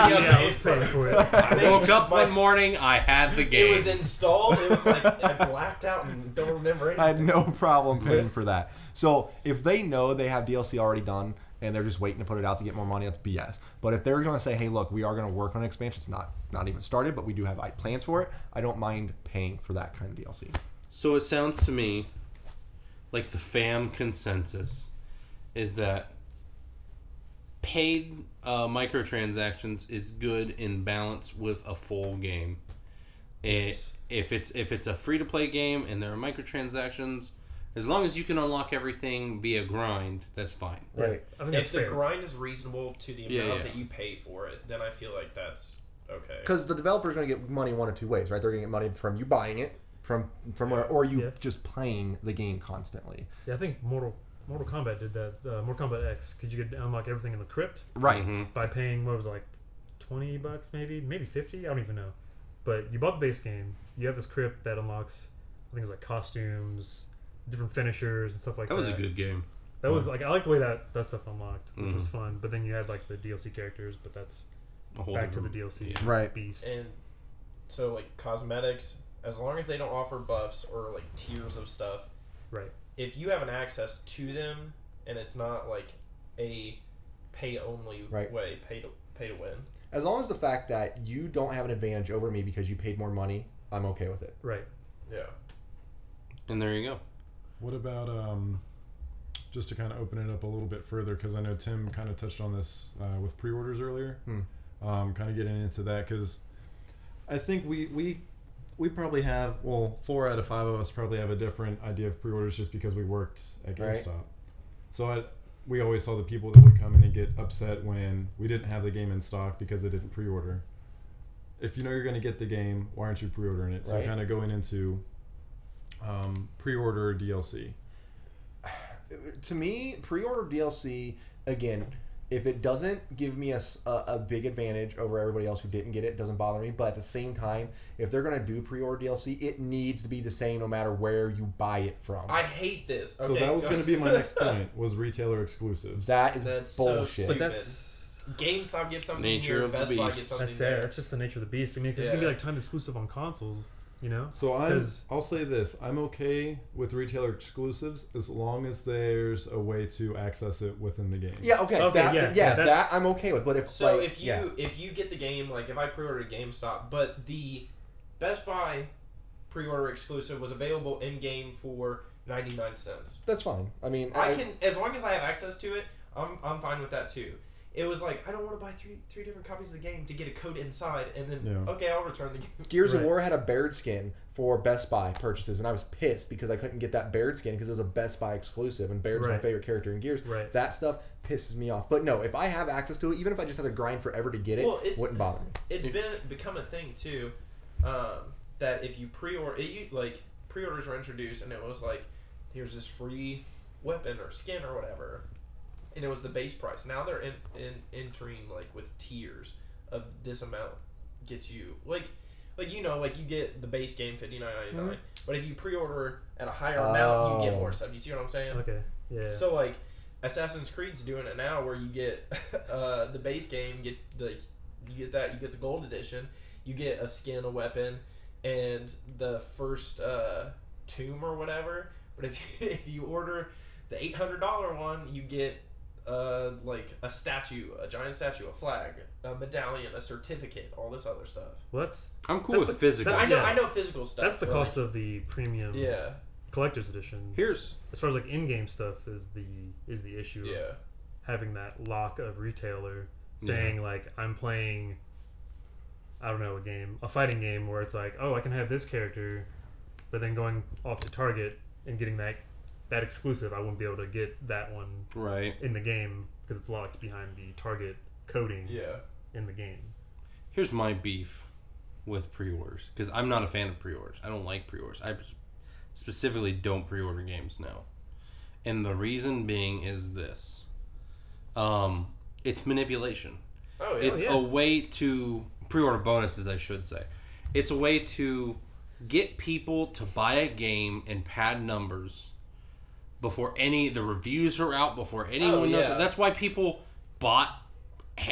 Speaker 4: idea
Speaker 2: I was
Speaker 4: they-
Speaker 2: paying for it.
Speaker 3: I
Speaker 4: (laughs)
Speaker 3: woke up
Speaker 4: My-
Speaker 3: one morning, I had the game.
Speaker 4: It was installed. It was like I blacked out and don't remember anything.
Speaker 5: I (laughs) had no problem paying for that. So if they know they have DLC already done and they're just waiting to put it out to get more money, that's BS. But if they're going to say, "Hey, look, we are going to work on an expansion. It's not not even started, but we do have like, plans for it," I don't mind paying for that kind of DLC.
Speaker 3: So it sounds to me like the fam consensus is that paid uh, microtransactions is good in balance with a full game. It-
Speaker 2: Yes.
Speaker 3: if it's if it's a free to play game and there are microtransactions, as long as you can unlock everything via grind, that's fine.
Speaker 2: Right. I think that's
Speaker 4: If the
Speaker 2: fair.
Speaker 4: grind is reasonable to the amount
Speaker 3: Yeah, yeah.
Speaker 4: that you pay for it, then I feel like that's okay.
Speaker 5: Because the developer's going to get money one of two ways, right? They're going to get money from you buying it, from from where, or you
Speaker 2: Yeah.
Speaker 5: just playing the game constantly.
Speaker 2: yeah, I think Mortal Mortal Kombat did that. Uh, Mortal Kombat X, because you could unlock everything in the crypt
Speaker 4: Mm-hmm.
Speaker 3: Mhm.
Speaker 2: by paying what was it, like twenty bucks, maybe, maybe fifty. I don't even know. But you bought the base game. You have this crypt that unlocks. I think it was like costumes, different finishers and stuff like
Speaker 3: That
Speaker 2: that.
Speaker 3: was a good game.
Speaker 2: That was like I like the way that that stuff unlocked, which was
Speaker 3: Mm-hmm.
Speaker 2: fun. But then you had like the DLC characters, but that's
Speaker 3: A whole
Speaker 2: back to the
Speaker 3: different-
Speaker 2: DLC
Speaker 3: yeah.
Speaker 5: Right.
Speaker 2: beast.
Speaker 4: and so like cosmetics, as long as they don't offer buffs or like tiers of stuff,
Speaker 2: Right.
Speaker 4: If you have an access to them and it's not like a pay only
Speaker 5: Right.
Speaker 4: way, pay to pay to win.
Speaker 5: As long as the fact that you don't have an advantage over me because you paid more money, I'm okay with it.
Speaker 2: Right.
Speaker 4: Yeah.
Speaker 3: And there you go.
Speaker 1: What about um, just to kind of open it up a little bit further because I know Tim kind of touched on this uh, with pre-orders earlier.
Speaker 5: Hmm.
Speaker 1: Um, kind of getting into that because I think we we we probably have well four out of five of us probably have a different idea of pre-orders just because we worked at
Speaker 5: Right.
Speaker 1: GameStop. So I, we always saw the people that would come in and get upset when we didn't have the game in stock because they didn't pre-order. If you know you're going to get the game, why aren't you pre-ordering it? So
Speaker 5: Right.
Speaker 1: kind of going into um, pre-order DLC.
Speaker 5: To me, pre-order DLC again. If it doesn't give me a, s- a- a big advantage over everybody else who didn't get it, it doesn't bother me. But at the same time, if they're going to do pre-order DLC, it needs to be the same no matter where you buy it from.
Speaker 4: I hate this.
Speaker 1: so
Speaker 4: Okay,
Speaker 1: that was
Speaker 4: go-
Speaker 1: going to be my
Speaker 4: (laughs)
Speaker 1: next point was retailer exclusives.
Speaker 5: that is
Speaker 4: That's so
Speaker 5: bullshit.
Speaker 4: stupid.
Speaker 2: But that's
Speaker 4: GameStop gets something
Speaker 3: Nature
Speaker 4: here,
Speaker 3: of the
Speaker 4: Best Buy
Speaker 3: beast.
Speaker 4: gets something
Speaker 2: that's that.
Speaker 4: there.
Speaker 2: That's just the nature of the beast. I mean, 'cause it's gonna be
Speaker 4: Yeah.
Speaker 2: like time exclusive on consoles. You know.
Speaker 1: so I'm,
Speaker 2: 'Cause-
Speaker 1: I'll say this: I'm okay with retailer exclusives as long as there's a way to access it within the game.
Speaker 5: Yeah, okay.
Speaker 2: Okay,
Speaker 5: that,
Speaker 2: yeah,
Speaker 5: yeah,
Speaker 2: yeah,
Speaker 5: that
Speaker 2: that's-
Speaker 5: I'm okay with. But if
Speaker 4: So
Speaker 5: like,
Speaker 4: if you
Speaker 5: yeah.
Speaker 4: if you get the game, like if I pre-ordered GameStop, but the Best Buy pre-order exclusive was available in game for ninety nine cents.
Speaker 5: That's fine. I mean,
Speaker 4: I can as long as I have access to it, I'm I'm fine with that too. It was like I don't want to buy three three different copies of the game to get a code inside, and then
Speaker 1: Yeah.
Speaker 4: okay, I'll return the game.
Speaker 5: Gears of
Speaker 2: Right.
Speaker 5: War had a Baird skin for Best Buy purchases, and I was pissed because I couldn't get that Baird skin because it was a Best Buy exclusive, and Baird's my
Speaker 2: Right.
Speaker 5: favorite character in Gears.
Speaker 2: Right.
Speaker 5: That stuff pisses me off. But no, if I have access to it, even if I just had to grind forever to get it,
Speaker 4: Well, it's-
Speaker 5: wouldn't bother me.
Speaker 4: It's been become a thing too, um, that if you pre-order, it, you, like pre-orders were introduced, and it was like here's this free weapon or skin or whatever, and it was the base price. Now they're in, in entering like with tiers of this amount gets you like. Like you know, like you get the base game fifty nine ninety nine, but if you pre order at a higher amount, you
Speaker 5: Oh.
Speaker 4: get more stuff. You see what I'm saying?
Speaker 2: Okay. Yeah.
Speaker 4: So like, Assassin's Creed's doing it now, where you get (laughs) uh, the base game, get the you get that, you get the gold edition, you get a skin, a weapon, and the first uh, tomb or whatever But if if you (laughs) order the eight hundred dollar one, you get uh like a statue, a giant statue, a flag, a medallion, a certificate, all this other stuff.
Speaker 2: Well, that's
Speaker 3: I'm cool
Speaker 2: That's
Speaker 3: with
Speaker 2: the-
Speaker 3: physical.
Speaker 4: But I know
Speaker 2: Yeah.
Speaker 4: I know physical stuff.
Speaker 2: that's the
Speaker 4: but,
Speaker 2: cost of the premium
Speaker 4: Like, yeah,
Speaker 2: collector's edition.
Speaker 3: Here's
Speaker 2: As far as like in-game stuff is the is the issue. of
Speaker 4: yeah.
Speaker 2: having that lock of retailer
Speaker 1: Yeah.
Speaker 2: saying like I'm playing I don't know a game, a fighting game where it's like, "Oh, I can have this character," but then going off to Target and getting that that exclusive, I wouldn't be able to get that one
Speaker 3: right.
Speaker 2: in the game because it's locked behind the Target coding
Speaker 4: Yeah.
Speaker 2: in the game.
Speaker 3: Here's my beef with pre-orders because I'm not a fan of pre-orders. I don't like pre-orders. I specifically don't pre-order games now, and the reason being is this: um, it's manipulation.
Speaker 4: Oh yeah.
Speaker 3: It's
Speaker 2: yeah.
Speaker 3: a way to pre-order bonuses, I should say. It's a way to get people to buy a game and pad numbers before any the reviews are out, before anyone knows.
Speaker 4: Oh, yeah.
Speaker 3: It. That's why people bought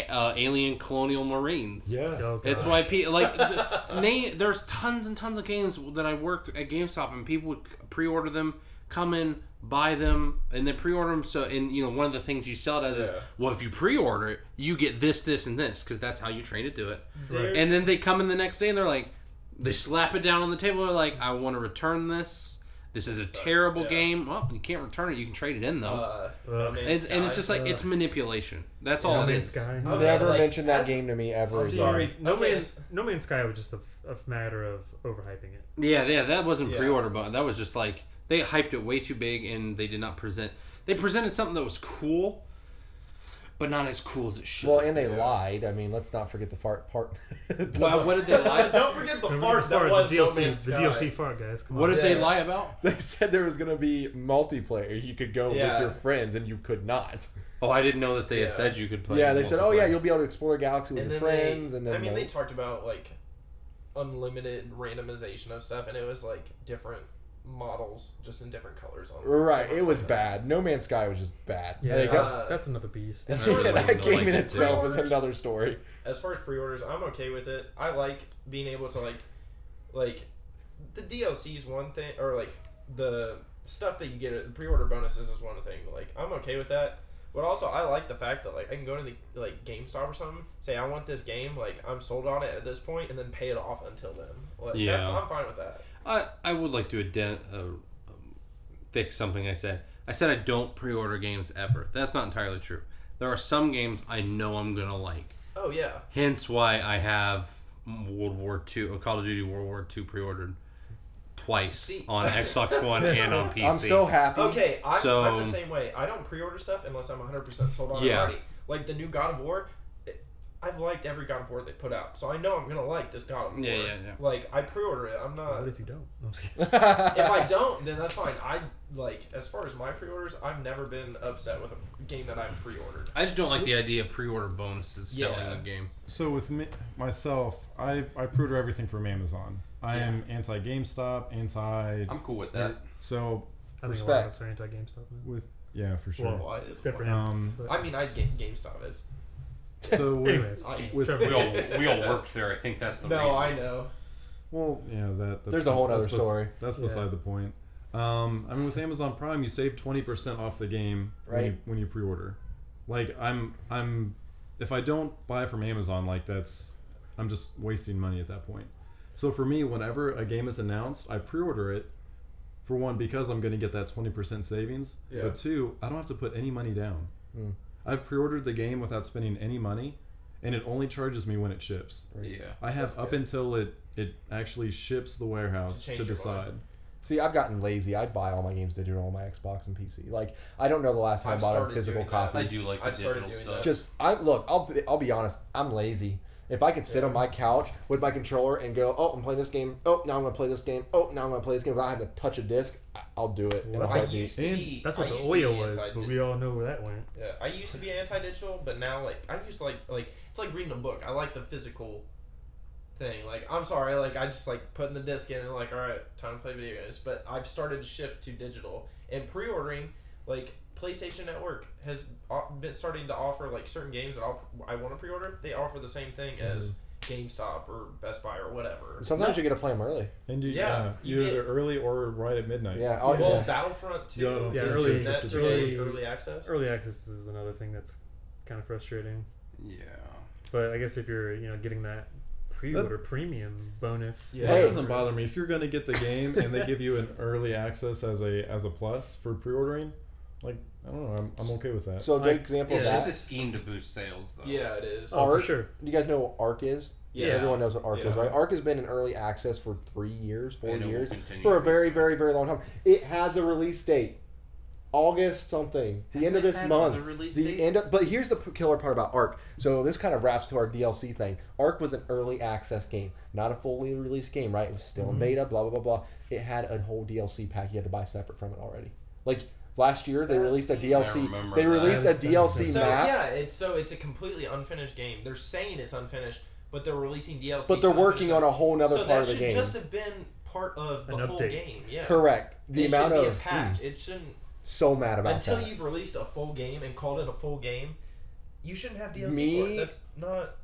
Speaker 3: uh, Alien Colonial Marines.
Speaker 5: Yeah.
Speaker 2: Oh,
Speaker 3: It's
Speaker 2: gosh.
Speaker 3: why people like the, name, there's tons and tons of games that I worked at GameStop and people would pre-order them, come in, buy them, and then pre-order them. So, and you know, one of the things you sell it as
Speaker 4: Yeah.
Speaker 3: is, well, if you pre-order it, you get this, this, and this because that's how you train to do it.
Speaker 4: There's-
Speaker 3: And then they come in the next day and they're like, they slap it down on the table. They're like, I want to return this. This is a
Speaker 4: Sucks,
Speaker 3: terrible
Speaker 4: yeah.
Speaker 3: game. Well, you can't return it. You can trade it in though.
Speaker 4: uh,
Speaker 2: Uh,
Speaker 4: No Man's
Speaker 3: it's, and it's
Speaker 4: Sky.
Speaker 3: just like it's manipulation. That's all
Speaker 2: No
Speaker 3: it
Speaker 2: Man's
Speaker 3: is.
Speaker 2: Sky.
Speaker 4: Okay,
Speaker 5: Never
Speaker 4: like,
Speaker 5: mention that
Speaker 4: as-
Speaker 5: game to me ever again.
Speaker 4: Sorry.
Speaker 2: No
Speaker 4: Okay,
Speaker 2: Man's
Speaker 4: so-
Speaker 2: No Man's Sky was just a, a matter of overhyping it.
Speaker 3: Yeah, yeah, that wasn't
Speaker 4: Yeah.
Speaker 3: pre-order, but that was just like they hyped it way too big, and they did not present. They presented something that was cool, but not as cool as it should.
Speaker 5: Well, and they
Speaker 4: Yeah.
Speaker 5: lied. I mean, let's not forget the fart part. (laughs)
Speaker 3: Why- what did they lie?
Speaker 4: (laughs) Don't forget the
Speaker 2: Remember
Speaker 4: fart
Speaker 2: the
Speaker 4: that
Speaker 2: fart,
Speaker 4: was
Speaker 2: the
Speaker 4: No
Speaker 2: DLC,
Speaker 4: Man's
Speaker 2: the
Speaker 4: Sky.
Speaker 2: DLC fart, guys. Come
Speaker 3: what
Speaker 2: on.
Speaker 3: did they
Speaker 4: Yeah.
Speaker 3: lie about?
Speaker 5: They said there was going to be multiplayer. You could go
Speaker 4: Yeah.
Speaker 5: with your friends, and you could not.
Speaker 3: Oh, I didn't know that they
Speaker 4: Yeah.
Speaker 3: had said you could play.
Speaker 5: yeah, they said, "Oh yeah,
Speaker 3: multiplayer."
Speaker 5: you'll be able to explore the galaxy with
Speaker 4: And
Speaker 5: your
Speaker 4: then
Speaker 5: friends,"
Speaker 4: they,
Speaker 5: and then
Speaker 4: I mean,
Speaker 5: no.
Speaker 4: they talked about like unlimited randomization of stuff, and it was like different models, just in different colors. On
Speaker 5: right. It
Speaker 4: different
Speaker 5: was
Speaker 4: weapons.
Speaker 5: bad. No Man's Sky was just bad.
Speaker 2: Yeah,
Speaker 5: I think that-
Speaker 4: Uh,
Speaker 2: that's another beast.
Speaker 3: I really
Speaker 5: (laughs) that
Speaker 3: don't
Speaker 5: game
Speaker 3: like
Speaker 5: in
Speaker 3: it.
Speaker 5: itself is
Speaker 4: Pre-orders.
Speaker 5: another story.
Speaker 4: As far as pre-orders, I'm okay with it. I like being able to like, like, the DLC is one thing, or like the stuff that you get, the pre-order bonuses is one thing. Like, I'm okay with that. But also, I like the fact that like I can go to the like GameStop or something, say I want this game, like I'm sold on it at this point, and then pay it off until then. Like, that's,
Speaker 3: Yeah.
Speaker 4: I'm fine with that.
Speaker 3: I, I would like to aden- uh, um, fix something I said. I said I don't pre-order games ever. That's not entirely true. There are some games I know I'm gonna like.
Speaker 4: Oh yeah.
Speaker 3: Hence why I have World War II, uh, Call of Duty World War II pre-ordered twice
Speaker 4: See-
Speaker 3: on Xbox One and on PC.
Speaker 5: I'm so happy. (laughs)
Speaker 4: Okay, I'm, I'm the
Speaker 3: So-
Speaker 4: same way. I don't pre-order stuff unless I'm 100% sold on it
Speaker 3: Yeah.
Speaker 4: already. Like the new God of War, it- I've liked every God of War they put out, so I know I'm gonna like this God of War.
Speaker 3: Yeah, yeah, yeah.
Speaker 4: Like I pre-order it. I'm
Speaker 2: What
Speaker 4: not.
Speaker 2: if you don't? I'm just kidding.
Speaker 4: if I don't, then that's fine. I like as far as my pre-orders, I've never been upset with a game that I've pre-ordered.
Speaker 3: I just don't like the idea of pre-order bonuses selling
Speaker 4: Yeah.
Speaker 3: the game.
Speaker 1: So with me, myself, I I pre-order everything from Amazon. I
Speaker 3: Yeah.
Speaker 1: am anti GameStop, anti.
Speaker 3: I'm cool with
Speaker 1: that.
Speaker 3: (laughs) that.
Speaker 1: So
Speaker 2: I think a lot
Speaker 5: Respect.
Speaker 2: of us are anti-GameStop now.
Speaker 1: yeah, for sure.
Speaker 2: Well,
Speaker 4: Why is-
Speaker 2: Except for him.
Speaker 1: um,
Speaker 2: but-
Speaker 4: I mean, I get GameStop is.
Speaker 1: so with,
Speaker 2: Anyways,
Speaker 4: I, (laughs)
Speaker 1: with-
Speaker 2: Trevor,
Speaker 4: We all- we all
Speaker 3: worked there. I think that's
Speaker 4: no, I know.
Speaker 1: Well, yeah, that that's
Speaker 5: There's a whole
Speaker 1: that's
Speaker 5: nother
Speaker 1: bes-
Speaker 5: story.
Speaker 1: That's
Speaker 2: Yeah.
Speaker 1: beside the point. Um, I mean, with Amazon Prime, you save twenty percent off the game when you,
Speaker 5: Right.
Speaker 1: when you pre-order. Like, I'm I'm if I don't buy from Amazon, like that's I'm just wasting money at that point. So for me, whenever a game is announced, I pre-order it. For one, because I'm going to get that twenty percent savings.
Speaker 4: Yeah.
Speaker 1: But two, I don't have to put any money down.
Speaker 5: Mm.
Speaker 1: I've pre-ordered the game without spending any money, and it only charges me when it ships.
Speaker 3: Yeah.
Speaker 1: I have
Speaker 4: That's
Speaker 1: up
Speaker 4: good.
Speaker 1: until it it actually ships the warehouse
Speaker 4: To
Speaker 1: to,
Speaker 4: change your
Speaker 1: decide.
Speaker 5: See, I've gotten lazy. I buy all my games digital on my Xbox and PC. Like, I don't know the last time
Speaker 4: I've
Speaker 5: I bought
Speaker 4: started
Speaker 5: a physical
Speaker 4: doing that.
Speaker 5: copy.
Speaker 3: do like
Speaker 4: the I've started digital doing stuff.
Speaker 5: Just, I look. I'll, I'll be honest. I'm lazy. If I could sit
Speaker 4: Yeah.
Speaker 5: on my couch with my controller and go, oh, I'm playing this game. Oh, now I'm gonna play this game. Oh, now I'm gonna play this game. If I had to touch a disc, I- I'll do it. in a
Speaker 2: Well,
Speaker 4: I
Speaker 5: heartbeat.
Speaker 4: used to
Speaker 1: And
Speaker 4: be.
Speaker 2: That's
Speaker 4: I
Speaker 2: what the
Speaker 4: used to be
Speaker 2: Oya was,
Speaker 4: anti-
Speaker 2: but we all know where that went.
Speaker 4: Yeah, I used to be anti-digital, but now like I used to like like it's like reading a book. I like the physical thing. Like I'm sorry, like I just like putting the disc in and like all right, time to play video games. But I've started to shift to digital and pre-ordering. Like PlayStation Network
Speaker 2: Mm-hmm.
Speaker 4: uh, has o- been starting to offer like certain games that I'll, I want to pre-order. They offer the same thing as GameStop or Best Buy or whatever.
Speaker 5: Sometimes you get to play them early.
Speaker 1: And you,
Speaker 4: Yeah,
Speaker 1: yeah,
Speaker 4: you
Speaker 1: you're either
Speaker 4: did.
Speaker 1: early or right at midnight.
Speaker 5: Yeah. Oh,
Speaker 4: Well,
Speaker 5: yeah.
Speaker 4: Battlefront Two.
Speaker 1: Yeah,
Speaker 4: is
Speaker 2: yeah,
Speaker 4: doing
Speaker 2: early-
Speaker 4: that to
Speaker 2: early-
Speaker 4: early, early access.
Speaker 2: Early access is another thing that's kind of frustrating.
Speaker 3: Yeah.
Speaker 2: But I guess if you're you know getting that pre-order premium bonus,
Speaker 4: Yeah.
Speaker 1: That
Speaker 5: Hey.
Speaker 1: doesn't bother me. If you're gonna get the game and they give you (laughs) an early access as a as a plus for pre-ordering, like I don't know, I'm, I'm okay with that.
Speaker 5: So a good
Speaker 2: Like,
Speaker 5: example
Speaker 3: It's
Speaker 5: of that.
Speaker 3: just a scheme to boost sales, though.
Speaker 4: Yeah, it is.
Speaker 2: Oh, for
Speaker 5: Art.
Speaker 2: sure.
Speaker 5: Do you guys know what Arc is?
Speaker 4: Yeah.
Speaker 5: Everyone knows what Arc is,
Speaker 4: Yeah.
Speaker 5: right? Arc has been in early access for three years, four
Speaker 3: And it will
Speaker 5: years,
Speaker 3: continue
Speaker 5: for
Speaker 3: to
Speaker 5: a
Speaker 3: be
Speaker 5: very,
Speaker 3: so.
Speaker 5: very, very long time. It has a release date, August something, the
Speaker 3: Has
Speaker 5: end of
Speaker 3: it
Speaker 5: this
Speaker 3: had
Speaker 5: month.
Speaker 3: other release
Speaker 5: the
Speaker 3: dates?
Speaker 5: end of, but here's the p- killer part about Arc. So this kind of wraps to our DLC thing. Arc was an early access game, not a fully released game, right? It was still in
Speaker 2: Mhm.
Speaker 5: beta, blah blah blah blah. It had a whole DLC pack you had to buy separate from it already. Like last year, they
Speaker 4: That
Speaker 5: released a
Speaker 4: seems- I
Speaker 5: DLC.
Speaker 3: remember
Speaker 5: They
Speaker 3: that.
Speaker 5: released a
Speaker 2: That- that
Speaker 5: DLC
Speaker 2: makes
Speaker 4: So
Speaker 5: map.
Speaker 4: yeah, it's so it's a completely unfinished game. They're saying it's unfinished, but they're releasing DLC.
Speaker 5: But they're
Speaker 4: to unfinish
Speaker 5: working on
Speaker 4: it.
Speaker 5: a whole nother
Speaker 4: so
Speaker 5: part of
Speaker 4: that
Speaker 5: the
Speaker 4: should
Speaker 5: game.
Speaker 4: just have been part of the
Speaker 2: An
Speaker 4: whole
Speaker 2: update.
Speaker 4: game. Yeah,
Speaker 5: Correct. The
Speaker 4: it
Speaker 5: amount
Speaker 4: should
Speaker 5: of
Speaker 4: be a patch.
Speaker 5: mm,
Speaker 4: It shouldn't
Speaker 5: so mad about
Speaker 4: until
Speaker 5: that.
Speaker 4: you've released a full game and called it a full game. You shouldn't have DLC.
Speaker 5: Me-
Speaker 4: for it. That's not.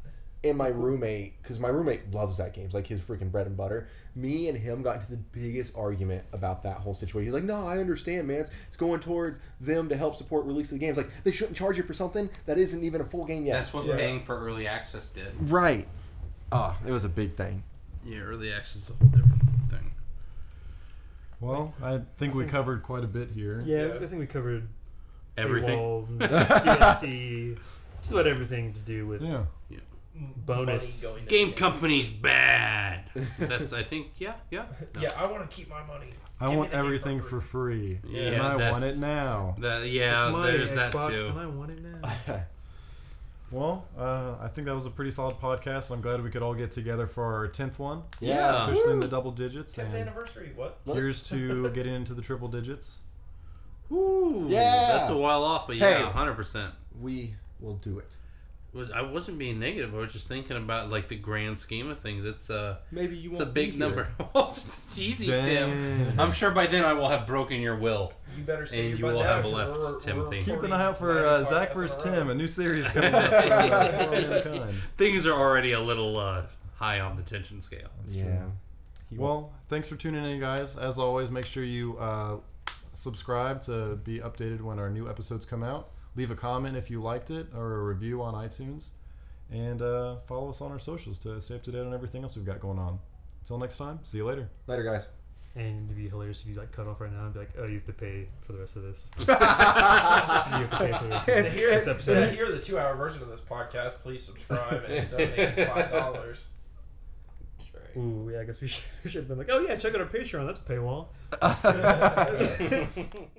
Speaker 5: and my roommate, because my roommate loves that game, it's like his freaking bread and butter. Me and him got into the biggest argument about that whole situation. He's like, "No, I understand, man. It's, it's going towards them to help support release of the games. Like they shouldn't charge you for something that isn't even a full game yet."
Speaker 3: That's what
Speaker 2: Yeah.
Speaker 3: paying for early access did.
Speaker 5: right. Ah, it was a big thing. (laughs)
Speaker 3: Yeah, early access is a whole different thing.
Speaker 1: well, I think we covered quite a bit here.
Speaker 2: Yeah,
Speaker 4: Yeah.
Speaker 2: I think we covered
Speaker 3: Everything.
Speaker 2: paywall, DLC, just about everything to do with
Speaker 1: Yeah.
Speaker 2: Bonus.
Speaker 4: money going to
Speaker 3: Game
Speaker 4: the
Speaker 3: company's bad. That's I think yeah yeah.
Speaker 4: (laughs)
Speaker 3: No.
Speaker 4: Yeah, I want to keep my money.
Speaker 1: I
Speaker 4: Give me
Speaker 1: want
Speaker 4: the game for
Speaker 1: everything
Speaker 4: free.
Speaker 1: for free,
Speaker 3: Yeah,
Speaker 1: and I
Speaker 3: that-
Speaker 1: want it now.
Speaker 3: That- yeah,
Speaker 2: it's my
Speaker 3: there's that
Speaker 2: Xbox
Speaker 3: too.
Speaker 2: and I want it
Speaker 5: (laughs)
Speaker 2: now.
Speaker 1: Well, uh, I think that was a pretty solid podcast. I'm glad we could all get together for our tenth one,
Speaker 3: Yeah.
Speaker 1: pushing in
Speaker 5: Woo.
Speaker 1: the double digits.
Speaker 4: Tenth
Speaker 1: And
Speaker 4: anniversary. What?
Speaker 1: here's to getting into the triple digits.
Speaker 3: Ooh,
Speaker 5: Yeah.
Speaker 3: that's a while off, but
Speaker 5: Hey.
Speaker 3: yeah, hundred percent.
Speaker 5: we will do it.
Speaker 3: I wasn't being negative. I was just thinking about like the grand scheme of things. It's uh,
Speaker 5: Maybe you
Speaker 3: it's
Speaker 5: won't.
Speaker 3: a
Speaker 5: be
Speaker 3: big
Speaker 5: here.
Speaker 3: number. (laughs) Oh, It's (laughs) Easy, Tim.
Speaker 1: Damn. (laughs)
Speaker 3: I'm sure by then I will have broken your will.
Speaker 4: You better see.
Speaker 3: And
Speaker 4: your
Speaker 3: you
Speaker 4: butt
Speaker 3: will
Speaker 4: down
Speaker 3: have
Speaker 4: 'cause
Speaker 3: left,
Speaker 4: we're- we're
Speaker 3: Timothy. Keep
Speaker 1: Keep
Speaker 4: recording
Speaker 1: an eye out for
Speaker 4: nine
Speaker 1: uh,
Speaker 4: podcasts
Speaker 1: Zach
Speaker 4: in
Speaker 1: vs.
Speaker 4: row.
Speaker 1: Tim, a new
Speaker 4: (laughs)
Speaker 1: series coming up. for,
Speaker 3: (laughs)
Speaker 1: uh, for mankind.
Speaker 3: Things are already a little uh, high on the tension scale.
Speaker 5: Yeah.
Speaker 1: Well, thanks for tuning in, guys. As always, make sure you uh, subscribe to be updated when our new episodes come out. Leave a comment if you liked it or a review on iTunes. And uh, follow us on our socials to stay up to date on everything else we've got going on. Until next time, see you later.
Speaker 5: Later, guys.
Speaker 2: And it'd be hilarious if you like cut off right now and be like, oh, you have to pay for the rest of this. (laughs)
Speaker 5: you
Speaker 2: have to pay for
Speaker 5: (laughs)
Speaker 2: this.
Speaker 4: To (laughs)
Speaker 2: And-
Speaker 4: hear,
Speaker 2: This episode.
Speaker 4: to hear the two hour version of this podcast, please subscribe and donate $5.
Speaker 2: Ooh, (laughs) (laughs)
Speaker 3: (laughs)
Speaker 2: yeah, I guess we should, we should have been like, oh, yeah, check out our Patreon. That's a paywall.